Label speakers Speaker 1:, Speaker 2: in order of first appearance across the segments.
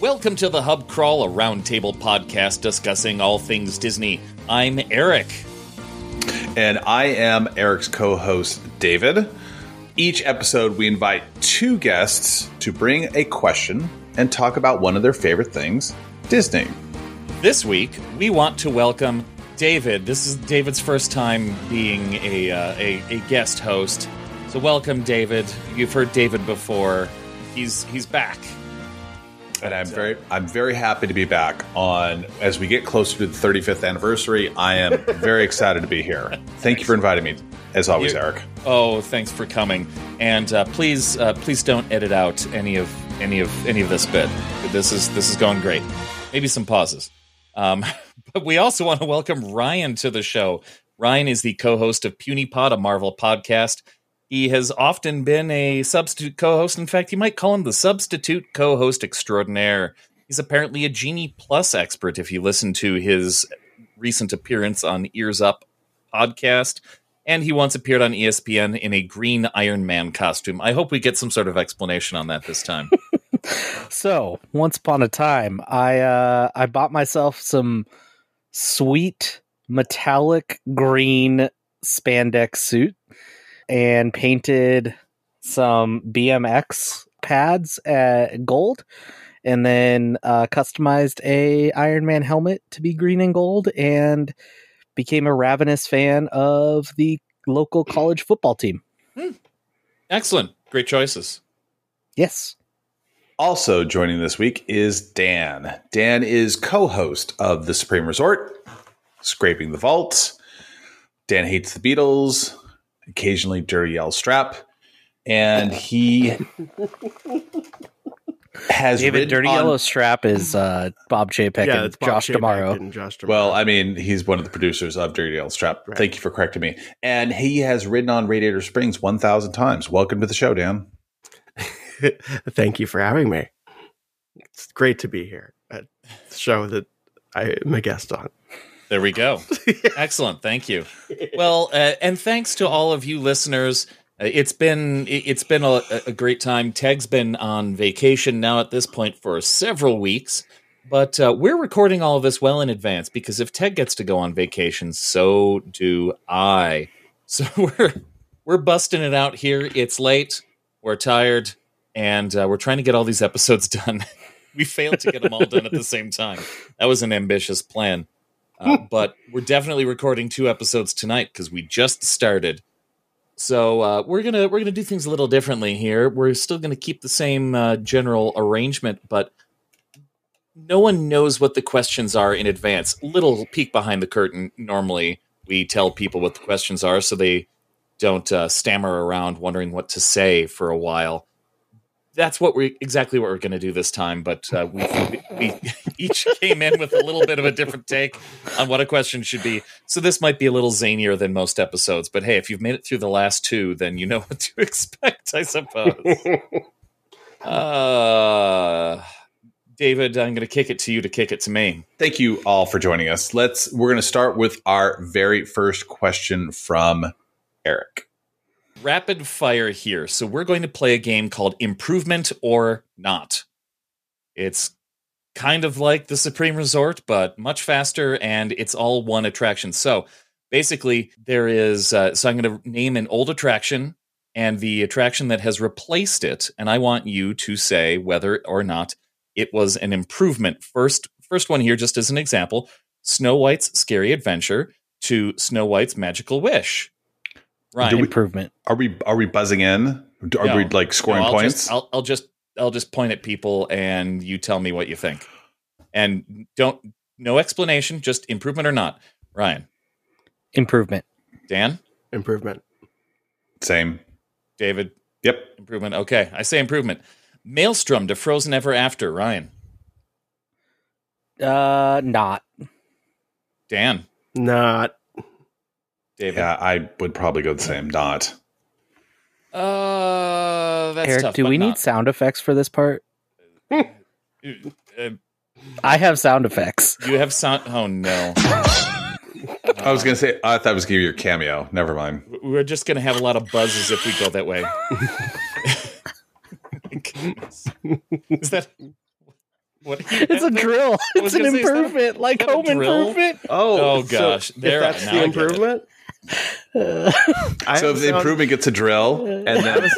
Speaker 1: Welcome to the Hub Crawl, a roundtable podcast discussing all things Disney. I'm Eric.
Speaker 2: And I am Eric's co host, David. Each episode, we invite two guests to bring a question and talk about one of their favorite things Disney.
Speaker 1: This week, we want to welcome David. This is David's first time being a, uh, a, a guest host. So, welcome, David. You've heard David before. He's, he's back.
Speaker 2: And I'm very, I'm very happy to be back on. As we get closer to the 35th anniversary, I am very excited to be here. Thank you for inviting me, as always,
Speaker 1: You-
Speaker 2: Eric.
Speaker 1: Oh, thanks for coming. And uh, please, uh, please don't edit out any of any of any of this bit. This is this is going great. Maybe some pauses. Um, but we also want to welcome Ryan to the show. Ryan is the co-host of PewniePod, a Marvel podcast. He has often been a substitute co-host. In fact, you might call him the substitute co-host extraordinaire. He's apparently a Genie Plus expert. If you listen to his recent appearance on Ears Up podcast, and he once appeared on E ESPN in a green Iron Man costume. I hope we get some sort of explanation on that this time.
Speaker 3: So once upon a time, I uh, I bought myself some sweet metallic green spandex suit and painted some BMX pads uh, gold, and then uh, customized a Iron Man helmet to be green and gold, and became a ravenous fan of the local college football team.
Speaker 1: Excellent. Great choices.
Speaker 3: Yes.
Speaker 2: Also joining this week is Dan. Dan is co host of The Supreme Resort, Scraping the Vault. Dan hates the Beatles, occasionally Dirty Yell Strap, and he has
Speaker 3: David
Speaker 2: ridden
Speaker 3: Dirty
Speaker 2: on-
Speaker 3: Yellow Strap is uh, Bob Chapek and
Speaker 4: Bob
Speaker 3: Josh
Speaker 4: Chapek
Speaker 3: Tomorrow.
Speaker 4: and Josh Damaro.
Speaker 2: Well, I mean, he's one of the producers of Dirty Yell Strap.
Speaker 4: Right.
Speaker 2: Thank you for correcting me. And he has ridden on Radiator Springs 1,000 times. Welcome to the show, Dan.
Speaker 4: thank you for having me. It's great to be here at the show that I am a guest on.
Speaker 1: There we go. Excellent. Thank you. Well, uh, and thanks to all of you listeners. Uh, It's been it- it's been a, a great time. Teg's been on vacation now at this point for several weeks, but uh, we're recording all of this well in advance because if Teg gets to go on vacation, so do I. So we're we're busting it out here. It's late. We're tired, and uh, we're trying to get all these episodes done. we failed to get them all done at the same time. That was an ambitious plan. Uh, but we're definitely recording two episodes tonight because we just started. So uh, we're gonna we're gonna do things a little differently here. We're still gonna keep the same uh, general arrangement, but no one knows what the questions are in advance. Little peek behind the curtain. Normally, we tell people what the questions are so they don't uh, stammer around wondering what to say for a while. That's what we exactly what we're going to do this time. But uh, we, we, we each came in with a little bit of a different take on what a question should be. So this might be a little zanier than most episodes. But hey, if you've made it through the last two, then you know what to expect, I suppose. Uh, David, I'm going to kick it to you to kick it to me.
Speaker 2: Thank you all for joining us. Let's we're going to start with our very first question from Eric.
Speaker 1: Rapid fire here. So we're going to play a game called Improvement or Not. It's kind of like the Supreme Resort, but much faster, and it's all one attraction. So basically, there is. Uh, so I'm going to name an old attraction and the attraction that has replaced it, and I want you to say whether or not it was an improvement. First, first one here, just as an example: Snow White's Scary Adventure to Snow White's Magical Wish. Right.
Speaker 2: Do we-
Speaker 3: Uh, Improvement.
Speaker 2: Are we are we buzzing in? Do- Are
Speaker 1: No.
Speaker 2: we like scoring
Speaker 1: No, I'll
Speaker 2: points?
Speaker 1: Just, I'll, I'll just I'll just point at people and you tell me what you think, and don't no explanation, just improvement or not. Ryan,
Speaker 3: Improvement.
Speaker 1: Dan,
Speaker 4: Improvement.
Speaker 2: Same.
Speaker 1: David,
Speaker 2: Yep.
Speaker 1: improvement. Okay, I say improvement. Maelstrom to Frozen Ever After. Ryan,
Speaker 3: Uh, not.
Speaker 1: Dan,
Speaker 4: Not
Speaker 1: David.
Speaker 2: Yeah, I would probably go the same. Not.
Speaker 1: Uh, that's
Speaker 3: Eric,
Speaker 1: tough.
Speaker 3: do
Speaker 1: but
Speaker 3: we need
Speaker 1: not.
Speaker 3: sound effects for this part?
Speaker 1: Uh,
Speaker 3: I have sound effects.
Speaker 1: you have sound. Oh no,
Speaker 2: I was gonna say I thought I was gonna give you a cameo. Never mind.
Speaker 1: we're just gonna have a lot of buzzes if we go that way. My goodness. Is that What?
Speaker 3: It's a drill.
Speaker 1: I
Speaker 3: It's
Speaker 1: was
Speaker 3: an
Speaker 1: gonna say, is that-
Speaker 3: improvement, like
Speaker 1: that a
Speaker 3: home
Speaker 1: drill?
Speaker 3: improvement.
Speaker 1: Oh,
Speaker 4: so
Speaker 1: gosh.
Speaker 4: if
Speaker 1: There-
Speaker 4: that's
Speaker 1: now
Speaker 4: the
Speaker 1: I get it.
Speaker 4: improvement.
Speaker 3: Uh,
Speaker 4: I
Speaker 2: so if
Speaker 4: have a
Speaker 2: the
Speaker 4: sound-
Speaker 2: improvement gets a drill, and then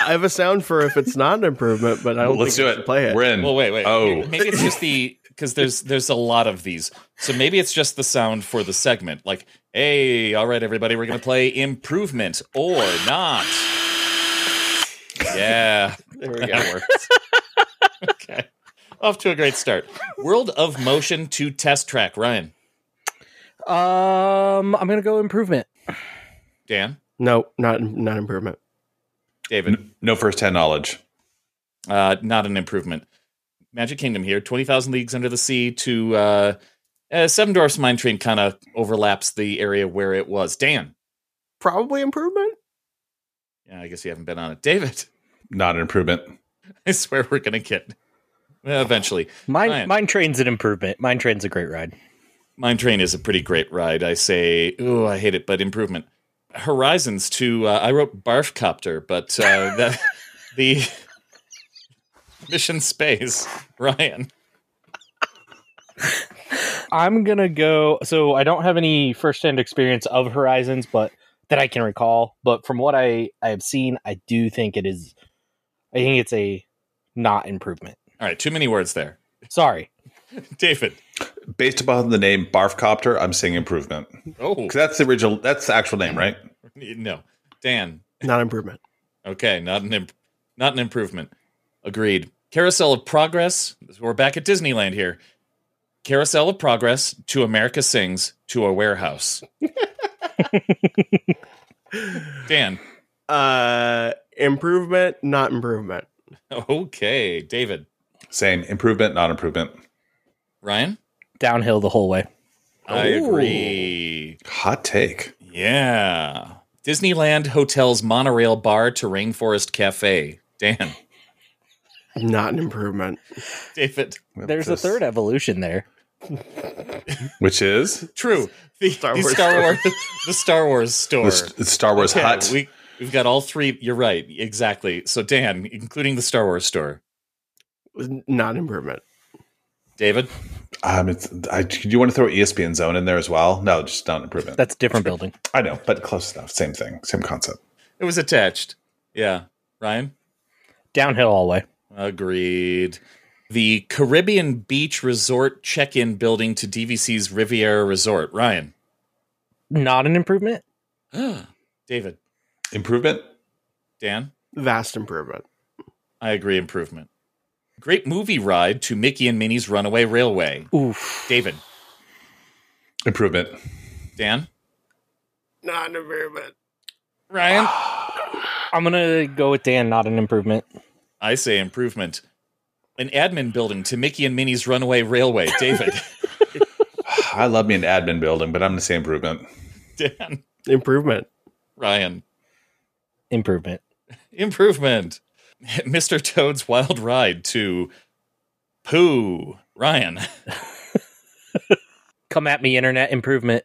Speaker 4: I have a sound for if it's not an improvement, but I don't
Speaker 2: let's
Speaker 4: think
Speaker 2: do
Speaker 4: I
Speaker 2: it.
Speaker 4: should play it.
Speaker 2: We're in.
Speaker 1: Well, wait, wait.
Speaker 2: Oh.
Speaker 1: maybe it's just the because there's there's a lot of these. So maybe it's just the sound for the segment. Like, hey, all right, everybody, we're gonna play improvement or not. Yeah,
Speaker 4: There we go.
Speaker 1: that works. okay, off to a great start. World of Motion to test track. Ryan,
Speaker 3: um, I'm gonna go improvement.
Speaker 1: Dan,
Speaker 4: No, not not improvement.
Speaker 1: David.
Speaker 2: no firsthand knowledge.
Speaker 1: Uh, not an improvement. Magic Kingdom here. Twenty thousand leagues under the sea to uh, uh, Seven Dwarfs Mine Train kind of overlaps the area where it was. Dan.
Speaker 4: Probably improvement.
Speaker 1: Yeah, I guess you haven't been on it. David,
Speaker 2: Not an improvement.
Speaker 1: I swear we're going to get well, eventually.
Speaker 3: Mine,
Speaker 1: Ryan.
Speaker 3: mine train's an improvement. Mine train's a great ride.
Speaker 1: Mine Train is a pretty great ride. I say, oh, I hate it, but improvement. Horizons to, uh, I wrote Barf Copter, but uh, the, the Mission Space, Ryan.
Speaker 3: I'm gonna go. So I don't have any firsthand experience of Horizons, but that I can recall. But from what I I have seen, I do think it is. I think it's a not improvement.
Speaker 1: All right, too many words there.
Speaker 3: Sorry.
Speaker 1: David.
Speaker 2: Based upon the name Barfcopter, I'm saying improvement. 'Cause
Speaker 1: Oh,
Speaker 2: that's the original. That's the actual name, right?
Speaker 1: no. Dan.
Speaker 4: Not improvement.
Speaker 1: Okay, not an imp- not an improvement. Agreed. Carousel of Progress. We're back at Disneyland here. Carousel of Progress to America Sings to a warehouse. Dan.
Speaker 4: Uh, improvement. Not improvement.
Speaker 1: Okay, David.
Speaker 2: Same improvement, not improvement.
Speaker 1: Ryan.
Speaker 3: Downhill the whole way.
Speaker 1: I agree.
Speaker 2: Hot take.
Speaker 1: Yeah. Disneyland Hotel's monorail bar to Rainforest Cafe. Dan.
Speaker 4: Not an improvement.
Speaker 1: David.
Speaker 3: There's a third evolution there.
Speaker 2: which is
Speaker 1: True. The
Speaker 4: Star
Speaker 1: Star
Speaker 4: Wars
Speaker 1: Wars, Star Wars the Star
Speaker 4: store.
Speaker 1: Wars store.
Speaker 2: the, S- the Star Wars
Speaker 1: Okay,
Speaker 2: Hut.
Speaker 1: We we've got all three. You're right, exactly. So Dan, including the Star Wars store.
Speaker 4: Not improvement.
Speaker 1: David,
Speaker 2: um, it's, I, do you want to throw E ESPN Zone in there as well? No, just not an improvement.
Speaker 3: That's a different building.
Speaker 2: I know, but close enough. Same thing, same concept.
Speaker 1: it was attached. Yeah, Ryan
Speaker 3: Downhill all the way.
Speaker 1: agreed. The Caribbean Beach Resort check-in building to DVC's Riviera Resort. Ryan,
Speaker 3: Not an improvement.
Speaker 1: David,
Speaker 2: Improvement.
Speaker 1: Dan,
Speaker 4: Vast improvement.
Speaker 1: I agree. Improvement. Great movie ride to Mickey and Minnie's Runaway Railway.
Speaker 3: Oof.
Speaker 1: David,
Speaker 2: Improvement.
Speaker 1: Dan,
Speaker 4: Not an improvement.
Speaker 1: Ryan.
Speaker 3: I'm gonna go with Dan. Not an improvement.
Speaker 1: I say improvement. An admin building to Mickey and Minnie's Runaway Railway. David,
Speaker 2: I love me an admin building, but I'm gonna say improvement.
Speaker 1: Dan,
Speaker 4: Improvement.
Speaker 1: Ryan.
Speaker 3: Improvement.
Speaker 1: Improvement. Mr. Toad's Wild Ride to Pooh. Ryan.
Speaker 3: Come at me, internet. Improvement.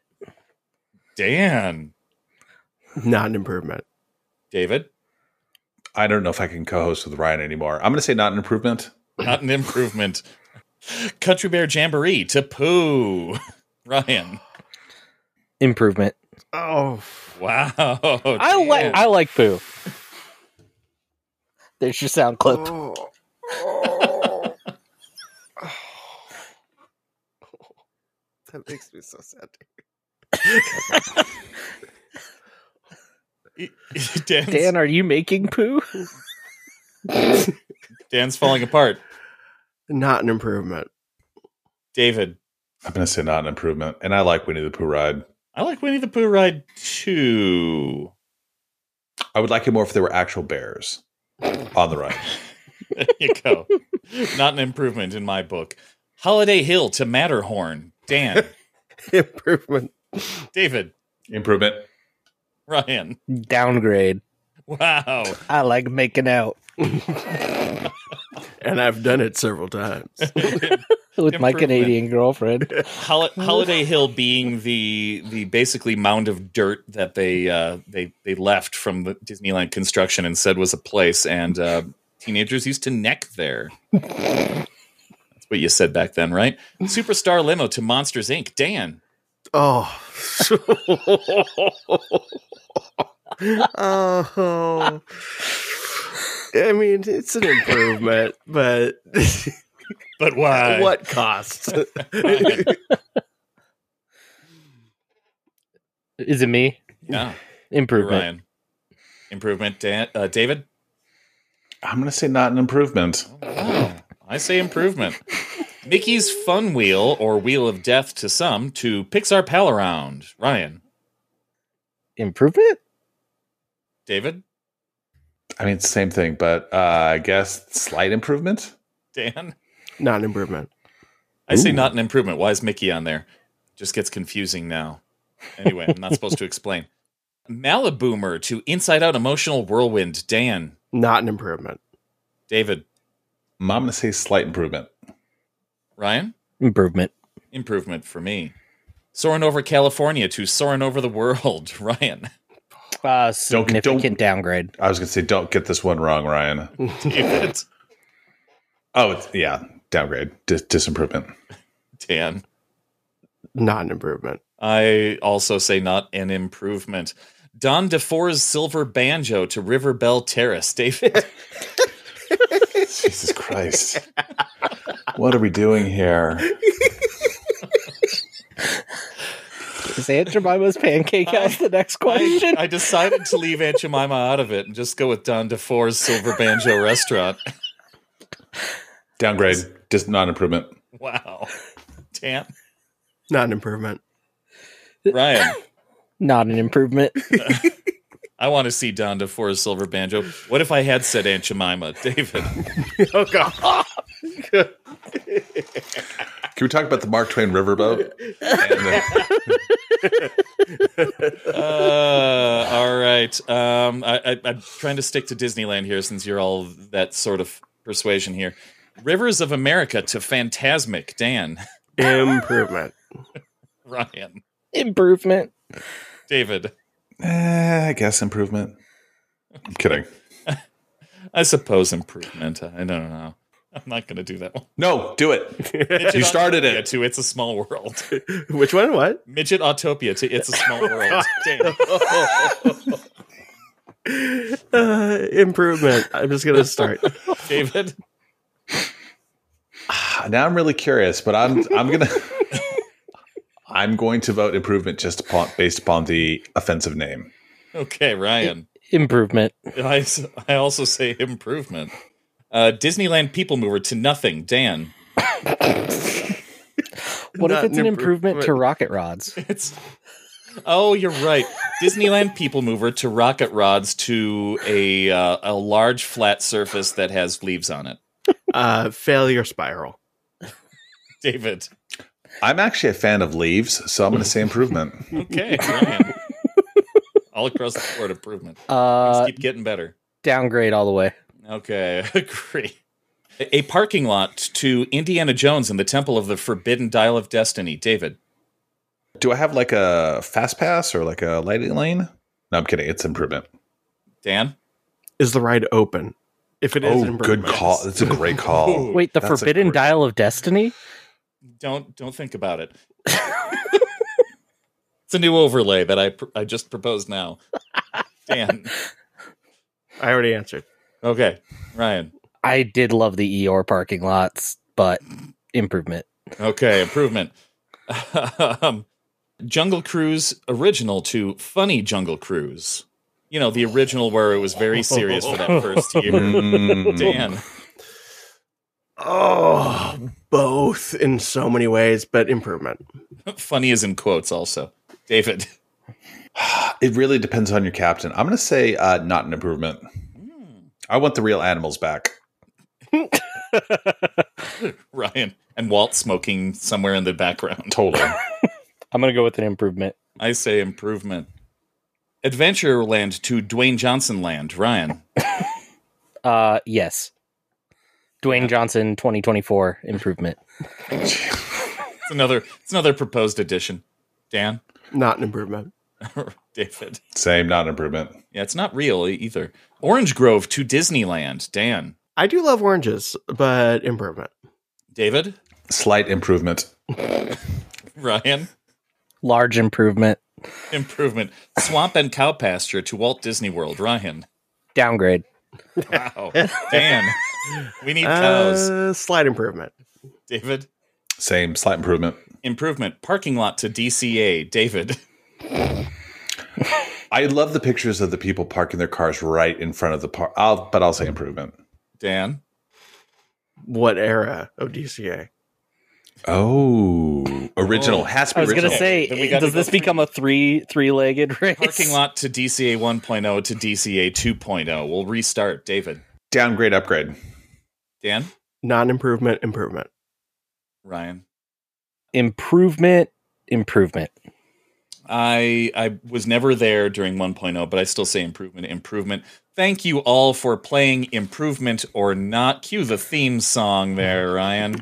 Speaker 1: Dan.
Speaker 4: Not an improvement.
Speaker 1: David.
Speaker 2: I don't know if I can co-host with Ryan anymore. I'm gonna say not an improvement.
Speaker 1: Not an improvement. Country Bear Jamboree to Pooh. Ryan.
Speaker 3: Improvement.
Speaker 4: Oh,
Speaker 1: Wow.
Speaker 3: I like.
Speaker 1: Dan.
Speaker 3: I like poo. There's your sound clip.
Speaker 4: oh. that makes me so sad.
Speaker 1: Dan's,
Speaker 3: Dan, are you making poo?
Speaker 1: Dan's falling apart.
Speaker 4: Not an improvement.
Speaker 1: David.
Speaker 2: I'm gonna say not an improvement. And I like Winnie the Pooh ride.
Speaker 1: I like Winnie the Pooh Ride too.
Speaker 2: I would like it more if there were actual bears on the ride.
Speaker 1: There you go. Not an improvement in my book. Holiday Hill to Matterhorn. Dan.
Speaker 4: Improvement.
Speaker 1: David.
Speaker 2: Improvement.
Speaker 1: Ryan.
Speaker 3: Downgrade.
Speaker 1: Wow.
Speaker 3: I like making out
Speaker 4: And I've done it several times.
Speaker 3: with my
Speaker 1: Improvement.
Speaker 3: Canadian girlfriend.
Speaker 1: Hol- Holiday Hill being the the basically mound of dirt that they uh, they they left from the Disneyland construction and said was a place, and uh, teenagers used to neck there. That's what you said back then, right? Superstar limo to Monsters Inc. Dan,
Speaker 4: Oh. oh. I mean, it's an improvement, but
Speaker 1: but why?
Speaker 4: at what cost?
Speaker 3: Is it me?
Speaker 1: Yeah,
Speaker 3: Improvement.
Speaker 1: Ryan. Improvement, Dan, uh, David.
Speaker 2: I'm going to say not an improvement.
Speaker 1: Oh, I say improvement. Mickey's Fun Wheel or Wheel of Death to some to Pixar Pal Around. Ryan,
Speaker 3: Improvement?
Speaker 1: David,
Speaker 2: I mean, it's the same thing, but uh, I guess slight improvement.
Speaker 1: Dan.
Speaker 4: Not an improvement.
Speaker 1: I say
Speaker 2: Ooh.
Speaker 1: not an improvement. Why is Mickey on there? Just gets confusing now. Anyway, I'm not supposed to explain. Maliboomer to Inside Out Emotional Whirlwind. Dan,
Speaker 4: Not an improvement.
Speaker 1: David,
Speaker 2: I'm going to say slight improvement.
Speaker 1: Ryan.
Speaker 3: Improvement.
Speaker 1: Improvement for me. Soaring over California to soaring over the world. Ryan,
Speaker 3: Uh,
Speaker 2: Don't-
Speaker 3: significant
Speaker 2: don't-
Speaker 3: downgrade.
Speaker 2: I was going to say, don't get this one wrong, Ryan.
Speaker 1: David,
Speaker 2: Oh, it's, yeah, downgrade, dis- disimprovement.
Speaker 1: Dan.
Speaker 4: Not an improvement.
Speaker 1: I also say not an improvement. Don DeFore's silver banjo to River Bell Terrace. David,
Speaker 2: Jesus Christ. What are we doing here?
Speaker 3: Is Aunt Jemima's pancake house the next
Speaker 1: I,
Speaker 3: question?
Speaker 1: I decided to leave Aunt Jemima out of it and just go with Don DeFore's silver banjo restaurant.
Speaker 2: Downgrade, just not improvement.
Speaker 1: Wow. Dan,
Speaker 4: Not an improvement.
Speaker 1: Ryan,
Speaker 3: Not an improvement.
Speaker 1: I want to see Don DeFore's silver banjo. What if I had said Aunt Jemima? David,
Speaker 4: Oh god.
Speaker 2: Can we talk about the Mark Twain riverboat? And the-
Speaker 1: uh, all right. Um, I, I, I'm trying to stick to Disneyland here since you're all that sort of persuasion here. Rivers of America to Phantasmic, Dan,
Speaker 4: improvement.
Speaker 1: Ryan,
Speaker 3: improvement.
Speaker 1: David.
Speaker 2: Eh, I guess improvement. I'm kidding.
Speaker 1: I suppose improvement. I don't know. I'm not going to do that one.
Speaker 2: No, do it. You started
Speaker 1: Autopia
Speaker 2: it.
Speaker 1: to It's a Small World.
Speaker 4: Which one? What?
Speaker 1: Midget Autopia to It's a Small World. Dan,
Speaker 4: Uh, improvement. I'm just gonna start.
Speaker 1: David,
Speaker 2: Now I'm really curious, but I'm I'm gonna I'm going to vote improvement just upon based upon the offensive name.
Speaker 1: okay, Ryan.
Speaker 3: Improvement.
Speaker 1: I, s- I also say improvement. Uh, Disneyland People Mover to Nothing, Dan.
Speaker 3: What if
Speaker 4: Not
Speaker 3: it's an improvement to
Speaker 4: improvement.
Speaker 3: rocket rods?
Speaker 1: It's oh, you're right. Disneyland People Mover to rocket rods to a uh, a large flat surface that has leaves on it.
Speaker 4: Uh, failure spiral.
Speaker 1: David,
Speaker 2: I'm actually a fan of leaves, so I'm gonna say improvement.
Speaker 1: okay, Ryan. all across the board improvement. Things
Speaker 3: Uh,
Speaker 1: keep getting better.
Speaker 3: downgrade all the way.
Speaker 1: Okay, agree. A parking lot to Indiana Jones and the Temple of the Forbidden Dial of Destiny. David,
Speaker 2: Do I have like a fast pass or like a lightning lane? No, I'm kidding. It's improvement.
Speaker 1: Dan,
Speaker 4: Is the ride open? If it is,
Speaker 2: Oh, good
Speaker 4: improvement.
Speaker 2: call. It's a great call.
Speaker 3: Wait, the
Speaker 2: That's a
Speaker 3: forbidden
Speaker 2: great-
Speaker 3: dial of destiny?
Speaker 1: don't don't think about it. it's a new overlay that I pr- I just proposed now. Dan.
Speaker 4: I already answered.
Speaker 1: Okay, Ryan.
Speaker 3: I did love the Eeyore parking lots, but improvement.
Speaker 1: Okay, improvement. um, Jungle Cruise original to Funny Jungle Cruise. You know, the original where it was very serious for that first year.
Speaker 2: Mm.
Speaker 1: Dan,
Speaker 4: Oh, both in so many ways, but improvement.
Speaker 1: funny is in quotes also. David,
Speaker 2: It really depends on your captain. I'm going to say uh, not an improvement.
Speaker 3: Mm.
Speaker 2: I want the real animals back.
Speaker 1: Ryan, and Walt smoking somewhere in the background.
Speaker 2: Totally.
Speaker 3: I'm going to go with an improvement.
Speaker 1: I say improvement. Adventureland to Dwayne Johnson Land. Ryan,
Speaker 3: Uh, yes. Dwayne Johnson 2024 improvement.
Speaker 1: it's another it's another proposed addition. Dan,
Speaker 4: Not an improvement.
Speaker 1: David.
Speaker 2: Same, not an improvement.
Speaker 1: Yeah, it's not real e- either. Orange Grove to Disneyland. Dan.
Speaker 4: I do love oranges, but improvement.
Speaker 1: David,
Speaker 2: Slight improvement.
Speaker 1: Ryan,
Speaker 3: Large improvement.
Speaker 1: improvement. Swamp and cow pasture to Walt Disney World. Ryan,
Speaker 3: Downgrade.
Speaker 1: wow. Dan, we need cows.
Speaker 4: Uh, slight improvement.
Speaker 1: David,
Speaker 2: Same slight improvement.
Speaker 1: improvement. Parking lot to DCA. David,
Speaker 2: I love the pictures of the people parking their cars right in front of the park. I'll, but I'll say improvement.
Speaker 1: Dan,
Speaker 4: What era of DCA?
Speaker 2: Oh, original
Speaker 1: Oh,
Speaker 2: has to be
Speaker 3: I was
Speaker 2: original.
Speaker 3: gonna say,
Speaker 1: Then we gotta
Speaker 3: does
Speaker 1: go
Speaker 3: this
Speaker 1: through-
Speaker 3: become a three three legged race?
Speaker 1: parking lot to DCA 1.0 to DCA 2.0. oh. We'll restart. David,
Speaker 2: downgrade, upgrade.
Speaker 1: Dan,
Speaker 4: Non improvement, improvement.
Speaker 1: Ryan.
Speaker 3: improvement. Improvement.
Speaker 1: I I was never there during 1.0, but I still say improvement, improvement. Thank you all for playing improvement or not. Cue the theme song there, Ryan.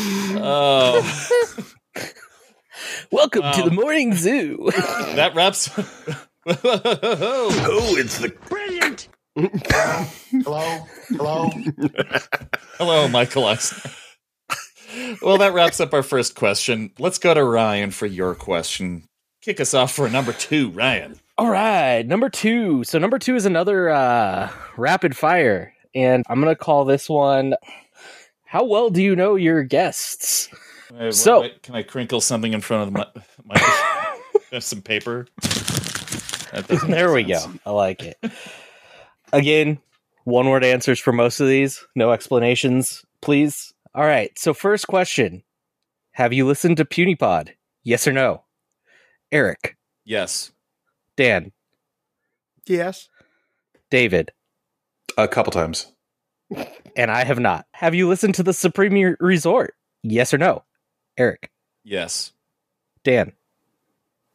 Speaker 1: oh,
Speaker 3: Welcome to
Speaker 1: Wow.
Speaker 3: the morning zoo.
Speaker 1: that wraps.
Speaker 2: Oh, it's the
Speaker 5: Brilliant. Hello? Hello?
Speaker 1: Hello, Michael Eisner. well, that wraps up our first question. Let's go to Ryan for your question. Kick us off for number two, Ryan.
Speaker 3: All right, number two. So number two is another uh, rapid fire, and I'm gonna call this one. How well do you know your guests?
Speaker 1: Wait,
Speaker 3: So-
Speaker 1: wait, can I crinkle something in front of the mi- mic? There's some paper. That doesn't make
Speaker 3: There we go.
Speaker 1: sense.
Speaker 3: I like it. Again, one word answers for most of these. No explanations, please. All right. So, first question Have you listened to PewDiePod? Yes or no? Eric,
Speaker 1: Yes.
Speaker 3: Dan,
Speaker 4: Yes.
Speaker 3: David,
Speaker 2: a couple times.
Speaker 3: and I have not. Have you listened to the Supreme Resort? Yes or no? Eric,
Speaker 1: Yes.
Speaker 3: Dan,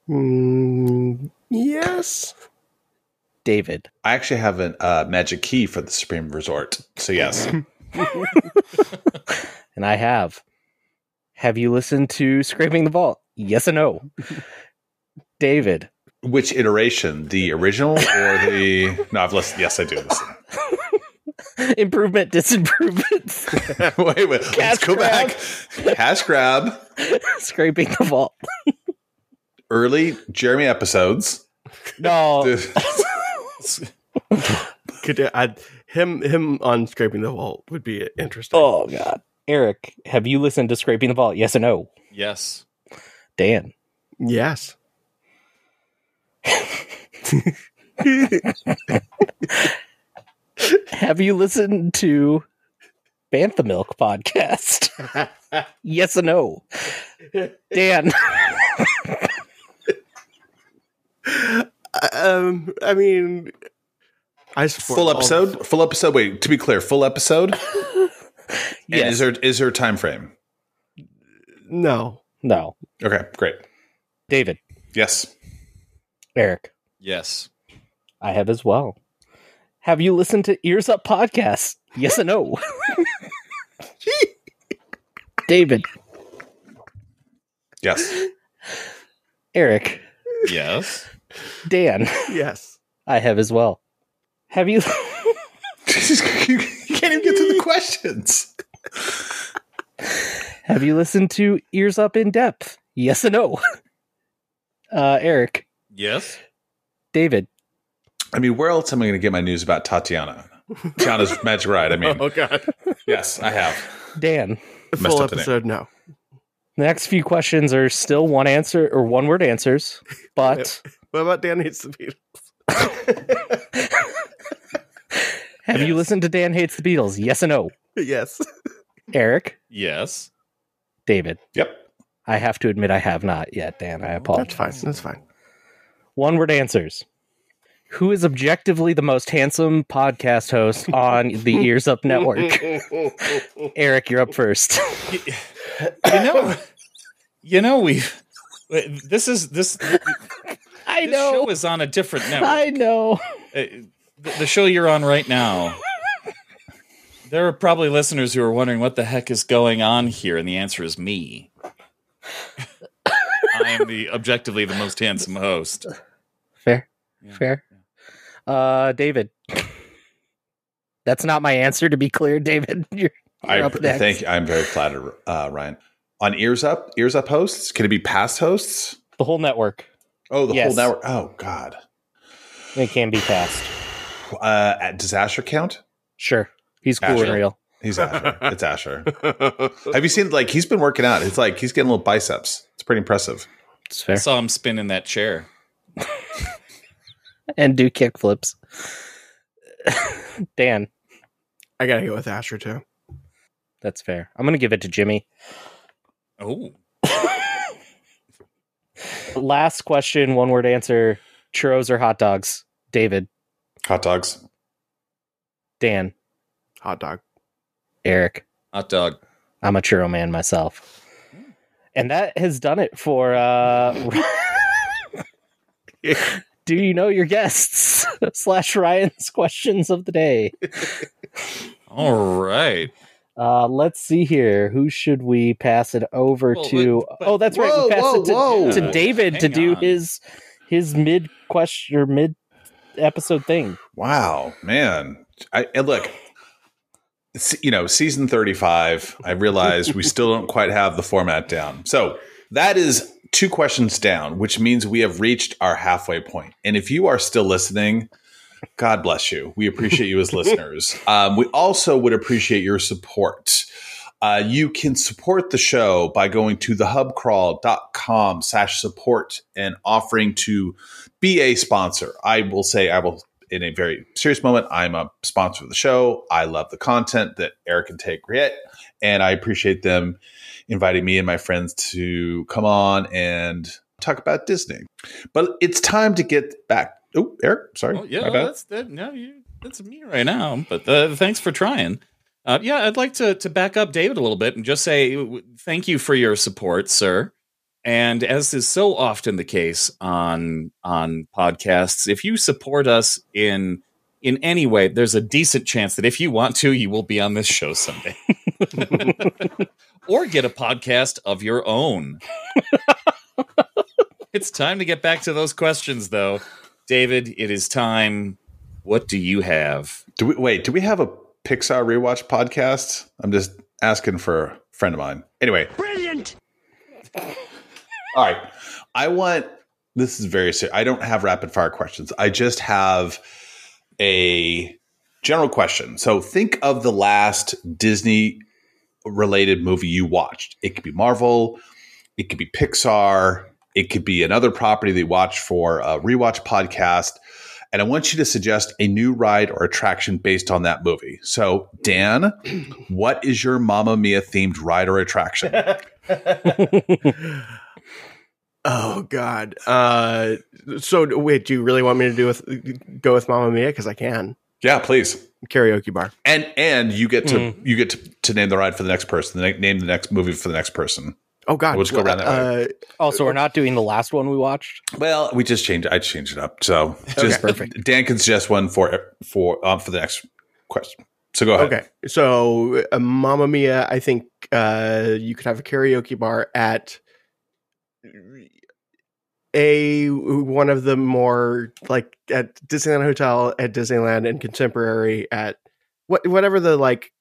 Speaker 4: Mm, yes.
Speaker 3: David.
Speaker 2: I actually have a uh, magic key for the Supreme Resort. So yes,
Speaker 3: And I have. Have you listened to Scraping the Vault? Yes or no? David,
Speaker 2: which iteration? The original or the? No, I've listened. Yes, I do listen.
Speaker 3: improvement, disimprovement.
Speaker 2: wait, wait.
Speaker 3: Cash
Speaker 2: let's go
Speaker 3: grab.
Speaker 2: back. Cash grab.
Speaker 3: Scraping the Vault.
Speaker 2: Early Jeremy episodes.
Speaker 3: No,
Speaker 4: Could I, him him on scraping the vault would be interesting.
Speaker 3: Oh god. Eric, have you listened to Scraping the Vault? Yes or no?
Speaker 1: Yes.
Speaker 3: Dan.
Speaker 4: Yes.
Speaker 3: Have you listened to Banthamilk podcast? yes or no? Dan.
Speaker 4: Um. I mean, I support
Speaker 2: Full
Speaker 3: Oh.
Speaker 4: all-
Speaker 2: episode. Full episode. Wait. To be clear, full episode. And Is
Speaker 3: yes.
Speaker 2: there is there a time frame?
Speaker 4: No.
Speaker 3: no.
Speaker 2: Okay. Great.
Speaker 3: David.
Speaker 2: Yes.
Speaker 3: Eric.
Speaker 1: Yes.
Speaker 3: I have as well. Have you listened to Ears Up podcast? Yes or no? David.
Speaker 2: Yes.
Speaker 3: Eric.
Speaker 1: Yes.
Speaker 3: Dan.
Speaker 4: Yes.
Speaker 3: I have as well. Have you
Speaker 2: Jesus, you can't even get to the questions.
Speaker 3: Have you listened to Ears Up in Depth? Yes and no. Uh, Eric,
Speaker 1: Yes.
Speaker 3: David,
Speaker 2: I mean, where else am I going to get my news about Tatiana? Tiana's Magic Ride. I mean,
Speaker 4: Oh God.
Speaker 2: yes, I have.
Speaker 3: Dan.
Speaker 4: Full
Speaker 2: up the name.
Speaker 4: episode. No.
Speaker 3: The next few questions are still one answer or one word answers, but
Speaker 4: What about Dan hates the Beatles?
Speaker 3: have you listened to Dan Hates the Beatles? Yes and no.
Speaker 4: Yes.
Speaker 3: Eric,
Speaker 1: Yes.
Speaker 3: David.
Speaker 2: Yep.
Speaker 3: I have to admit I have not yet, Dan. I
Speaker 4: That's
Speaker 3: apologize.
Speaker 4: fine. That's fine.
Speaker 3: One word answers. Who is objectively the most handsome podcast host on the Ears Up Network? Eric, you're up first.
Speaker 1: Y- You know. You know we. This is this.
Speaker 3: I
Speaker 1: this
Speaker 3: know.
Speaker 1: show is on a different network.
Speaker 3: I know.
Speaker 1: Uh, the, the show you're on right now. There are probably listeners who are wondering what the heck is going on here, and the answer is me. I am the objectively the most handsome host.
Speaker 3: Fair.
Speaker 1: Yeah.
Speaker 3: Fair. Uh David. That's not my answer, to be clear, David. You're,
Speaker 2: I
Speaker 3: you're up next.
Speaker 2: thank you. I'm very flattered, uh, Ryan. On ears up, ears up hosts. Can it be past hosts?
Speaker 3: The whole network.
Speaker 2: Oh, the
Speaker 3: Yes.
Speaker 2: whole network. Oh God.
Speaker 3: It can be passed.
Speaker 2: Uh, at- does Asher count?
Speaker 3: Sure. He's cool
Speaker 2: Gotcha.
Speaker 3: and real.
Speaker 2: He's Asher. it's Asher. Have you seen like he's been working out? It's like he's getting little biceps. It's pretty impressive.
Speaker 3: It's
Speaker 1: I
Speaker 3: fair.
Speaker 1: saw him spinning that chair.
Speaker 3: And do kickflips. Dan,
Speaker 4: I gotta go with Asher too.
Speaker 3: that's fair. I'm gonna give it to Jimmy.
Speaker 1: Oh,
Speaker 3: Last question, one word answer. Churros or hot dogs? David,
Speaker 2: Hot dogs.
Speaker 3: Dan,
Speaker 4: Hot dog.
Speaker 3: Eric.
Speaker 1: hot dog.
Speaker 3: I'm a churro man myself. And that has done it for uh Do you know your guests? slash Ryan's questions of the day.
Speaker 1: All right.
Speaker 3: Uh let's see here. Who should we pass it over
Speaker 1: Well,
Speaker 3: to?
Speaker 1: but- but-
Speaker 3: oh, that's right.
Speaker 2: Whoa,
Speaker 3: We passed it to,
Speaker 2: whoa,
Speaker 3: to
Speaker 1: whoa.
Speaker 3: David to
Speaker 1: Hang
Speaker 3: do
Speaker 1: on.
Speaker 3: his his mid question or mid episode thing.
Speaker 2: Wow, man. I and look. se- You know, season 35, I realized we still don't quite have the format down. So that is two questions down, which means we have reached our halfway point. And if you are still listening, God bless you. We appreciate you as listeners. Um, we also would appreciate your support. Uh, you can support the show by going to thehubcrawl.com slash support and offering to be a sponsor. I will say I will in a very serious moment. I'm a sponsor of the show. I love the content that Eric and Tay create, and I appreciate them inviting me and my friends to come on and talk about Disney. But it's time to get back. Oh, Eric, sorry.
Speaker 1: Oh, yeah,
Speaker 2: my
Speaker 1: well,
Speaker 2: bad.
Speaker 1: that's that. No, you, that's me right now. But uh, thanks for trying. Uh, yeah, I'd like to to back up David a little bit and just say w- thank you for your support, sir. And as is so often the case on on podcasts, if you support us in in any way, there's a decent chance that if you want to, you will be on this show someday, or get a podcast of your own. it's time to get back to those questions, though. David, it is time. What do you have?
Speaker 2: Do we wait? Do we have a Pixar rewatch podcast? I'm just asking for a friend of mine. Anyway,
Speaker 5: Brilliant.
Speaker 2: all right. I want this is very serious. I don't have rapid fire questions. I just have a general question. So think of the last Disney related movie you watched. It could be Marvel, it could be Pixar, it could be another property that you watched for a rewatch podcast. And I want you to suggest a new ride or attraction based on that movie. So, Dan, what is your Mamma Mia themed ride or attraction?
Speaker 4: Oh God. Uh, so wait, do you really want me to do with go with Mamma Mia? Because I can
Speaker 2: yeah, please.
Speaker 4: karaoke bar.
Speaker 2: and and you get to you get to, to name the ride for the next person the na- name the next movie for the next person
Speaker 4: Oh God.
Speaker 2: We'll just go around that
Speaker 4: uh,
Speaker 3: Also, we're not doing the last one we watched.
Speaker 2: well we just changed i changed it up so just
Speaker 3: perfect.
Speaker 2: dan can suggest one for for um, for the next question so go ahead
Speaker 4: Okay, so uh, Mamma Mia, I think uh, you could have a karaoke bar at a one of the more like at Disneyland Hotel at Disneyland and Contemporary at what whatever the like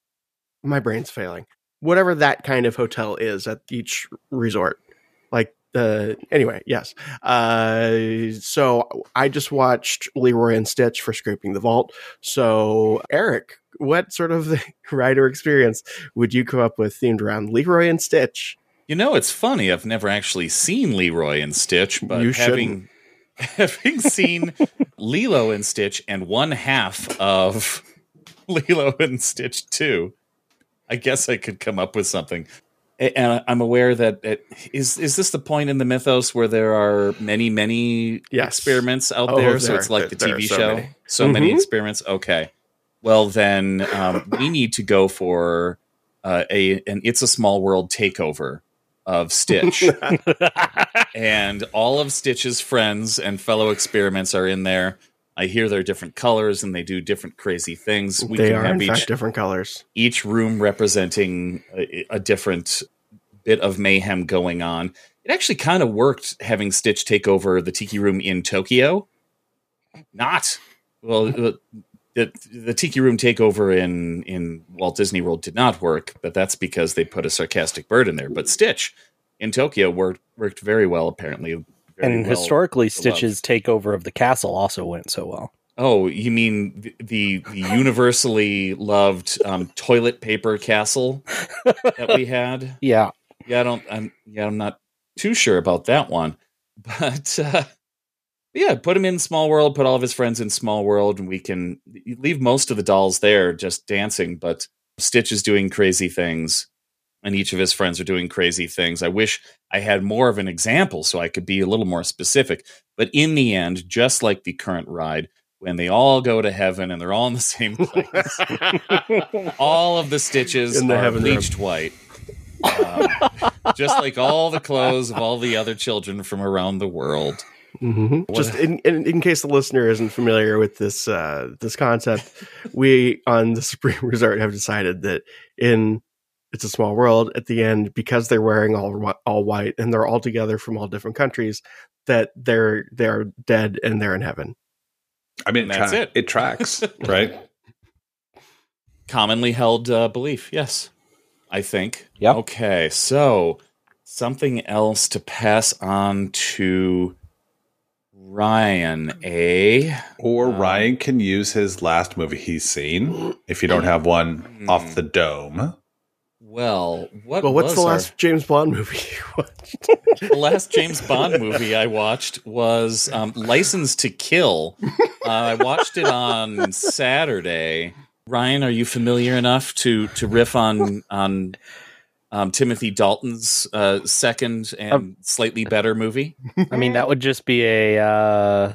Speaker 4: my brain's failing whatever that kind of hotel is at each resort like the anyway yes uh so i just watched leroy and stitch for scraping the vault so, Eric, what sort of rider experience would you come up with themed around Leroy and Stitch?
Speaker 1: You know, it's funny. I've never actually seen Leroy and Stitch, but
Speaker 4: You
Speaker 1: having having seen Lilo and Stitch and one half of Lilo and Stitch two, I guess I could come up with something. A- And I'm aware that it, is is this the point in the mythos where there are many many
Speaker 4: Yes.
Speaker 1: experiments out
Speaker 4: Oh,
Speaker 1: there,
Speaker 4: there
Speaker 1: So it's
Speaker 4: are-
Speaker 1: like the
Speaker 4: there are
Speaker 1: TV
Speaker 4: so
Speaker 1: show.
Speaker 4: many.
Speaker 1: So many
Speaker 4: Mhm.
Speaker 1: experiments. Okay. Well, then um, we need to go for uh, a an It's a Small World takeover of Stitch, and all of Stitch's friends and fellow experiments are in there. I hear they're different colors and they do different crazy things. We
Speaker 4: they
Speaker 1: can
Speaker 4: are,
Speaker 1: have
Speaker 4: in
Speaker 1: each
Speaker 4: fact, different colors.
Speaker 1: each room representing a, a different bit of mayhem going on. It actually kind of worked having Stitch take over the Tiki Room in Tokyo. Not well, uh, the the Tiki Room takeover in in Walt Disney World did not work, but that's because they put a sarcastic bird in there. But Stitch in Tokyo worked worked very well apparently. very
Speaker 3: and
Speaker 1: well.
Speaker 3: historically,
Speaker 1: beloved.
Speaker 3: Stitch's takeover of the castle also went so well.
Speaker 1: Oh, you mean the, the, the universally loved um, toilet paper castle that we had?
Speaker 3: Yeah,
Speaker 1: Yeah, I don't. I'm yeah, I'm not too sure about that one, but uh, yeah, put him in Small World. Put all of his friends in Small World, and we can leave most of the dolls there just dancing. But Stitch is doing crazy things, and each of his friends are doing crazy things. I wish I had more of an example so I could be a little more specific. But in the end, just like the current ride. When they all go to heaven and they're all in the same place, all of the stitches
Speaker 4: In the
Speaker 1: are
Speaker 4: heaven room.
Speaker 1: bleached white. Um, just like all the clothes of all the other children from around the world.
Speaker 4: Mhm.
Speaker 1: What-
Speaker 4: Just in, in in case the listener isn't familiar with this uh, this concept, we on the Supreme Resort have decided that in it's a small world at the end because they're wearing all whi- all white and they're all together from all different countries that they're they're dead and they're in heaven.
Speaker 2: I mean,
Speaker 1: That's
Speaker 2: kinda-
Speaker 1: it.
Speaker 2: It tracks, right?
Speaker 1: Commonly held uh, belief, yes, I think.
Speaker 3: Yep.
Speaker 1: Okay, so something else to pass on to Ryan, eh?
Speaker 2: Or
Speaker 1: Um,
Speaker 2: Ryan can use his last movie he's seen if you don't have one off the dome.
Speaker 1: Well, what
Speaker 4: Well,
Speaker 1: was
Speaker 4: what's the
Speaker 1: our-
Speaker 4: last James Bond movie? you watched?
Speaker 1: the last James Bond movie I watched was um, License to Kill. Uh, I watched it on Saturday. Ryan, are you familiar enough to to riff on on um, Timothy Dalton's uh, second and
Speaker 3: Um,
Speaker 1: slightly better movie?
Speaker 3: I mean that would just be a uh,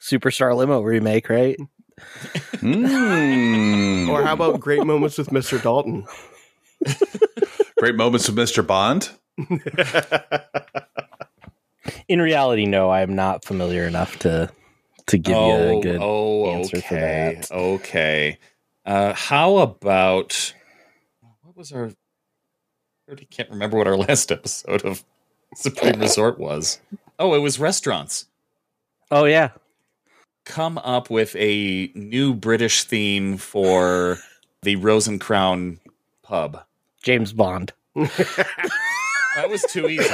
Speaker 3: superstar limo remake, right?
Speaker 2: Mm.
Speaker 4: or how about Great Moments with Mr. Dalton?
Speaker 2: Great moments with Mr. Bond.
Speaker 3: In reality, no, I am not familiar enough to to give you a good.
Speaker 1: oh,
Speaker 3: answer for
Speaker 1: okay, Okay. Uh, how about what was our? I already can't remember what our last episode of Supreme Resort was. Oh, it was restaurants.
Speaker 3: Oh yeah,
Speaker 1: come up with a new British theme for the Rose and Crown pub.
Speaker 3: James Bond.
Speaker 1: That was too easy.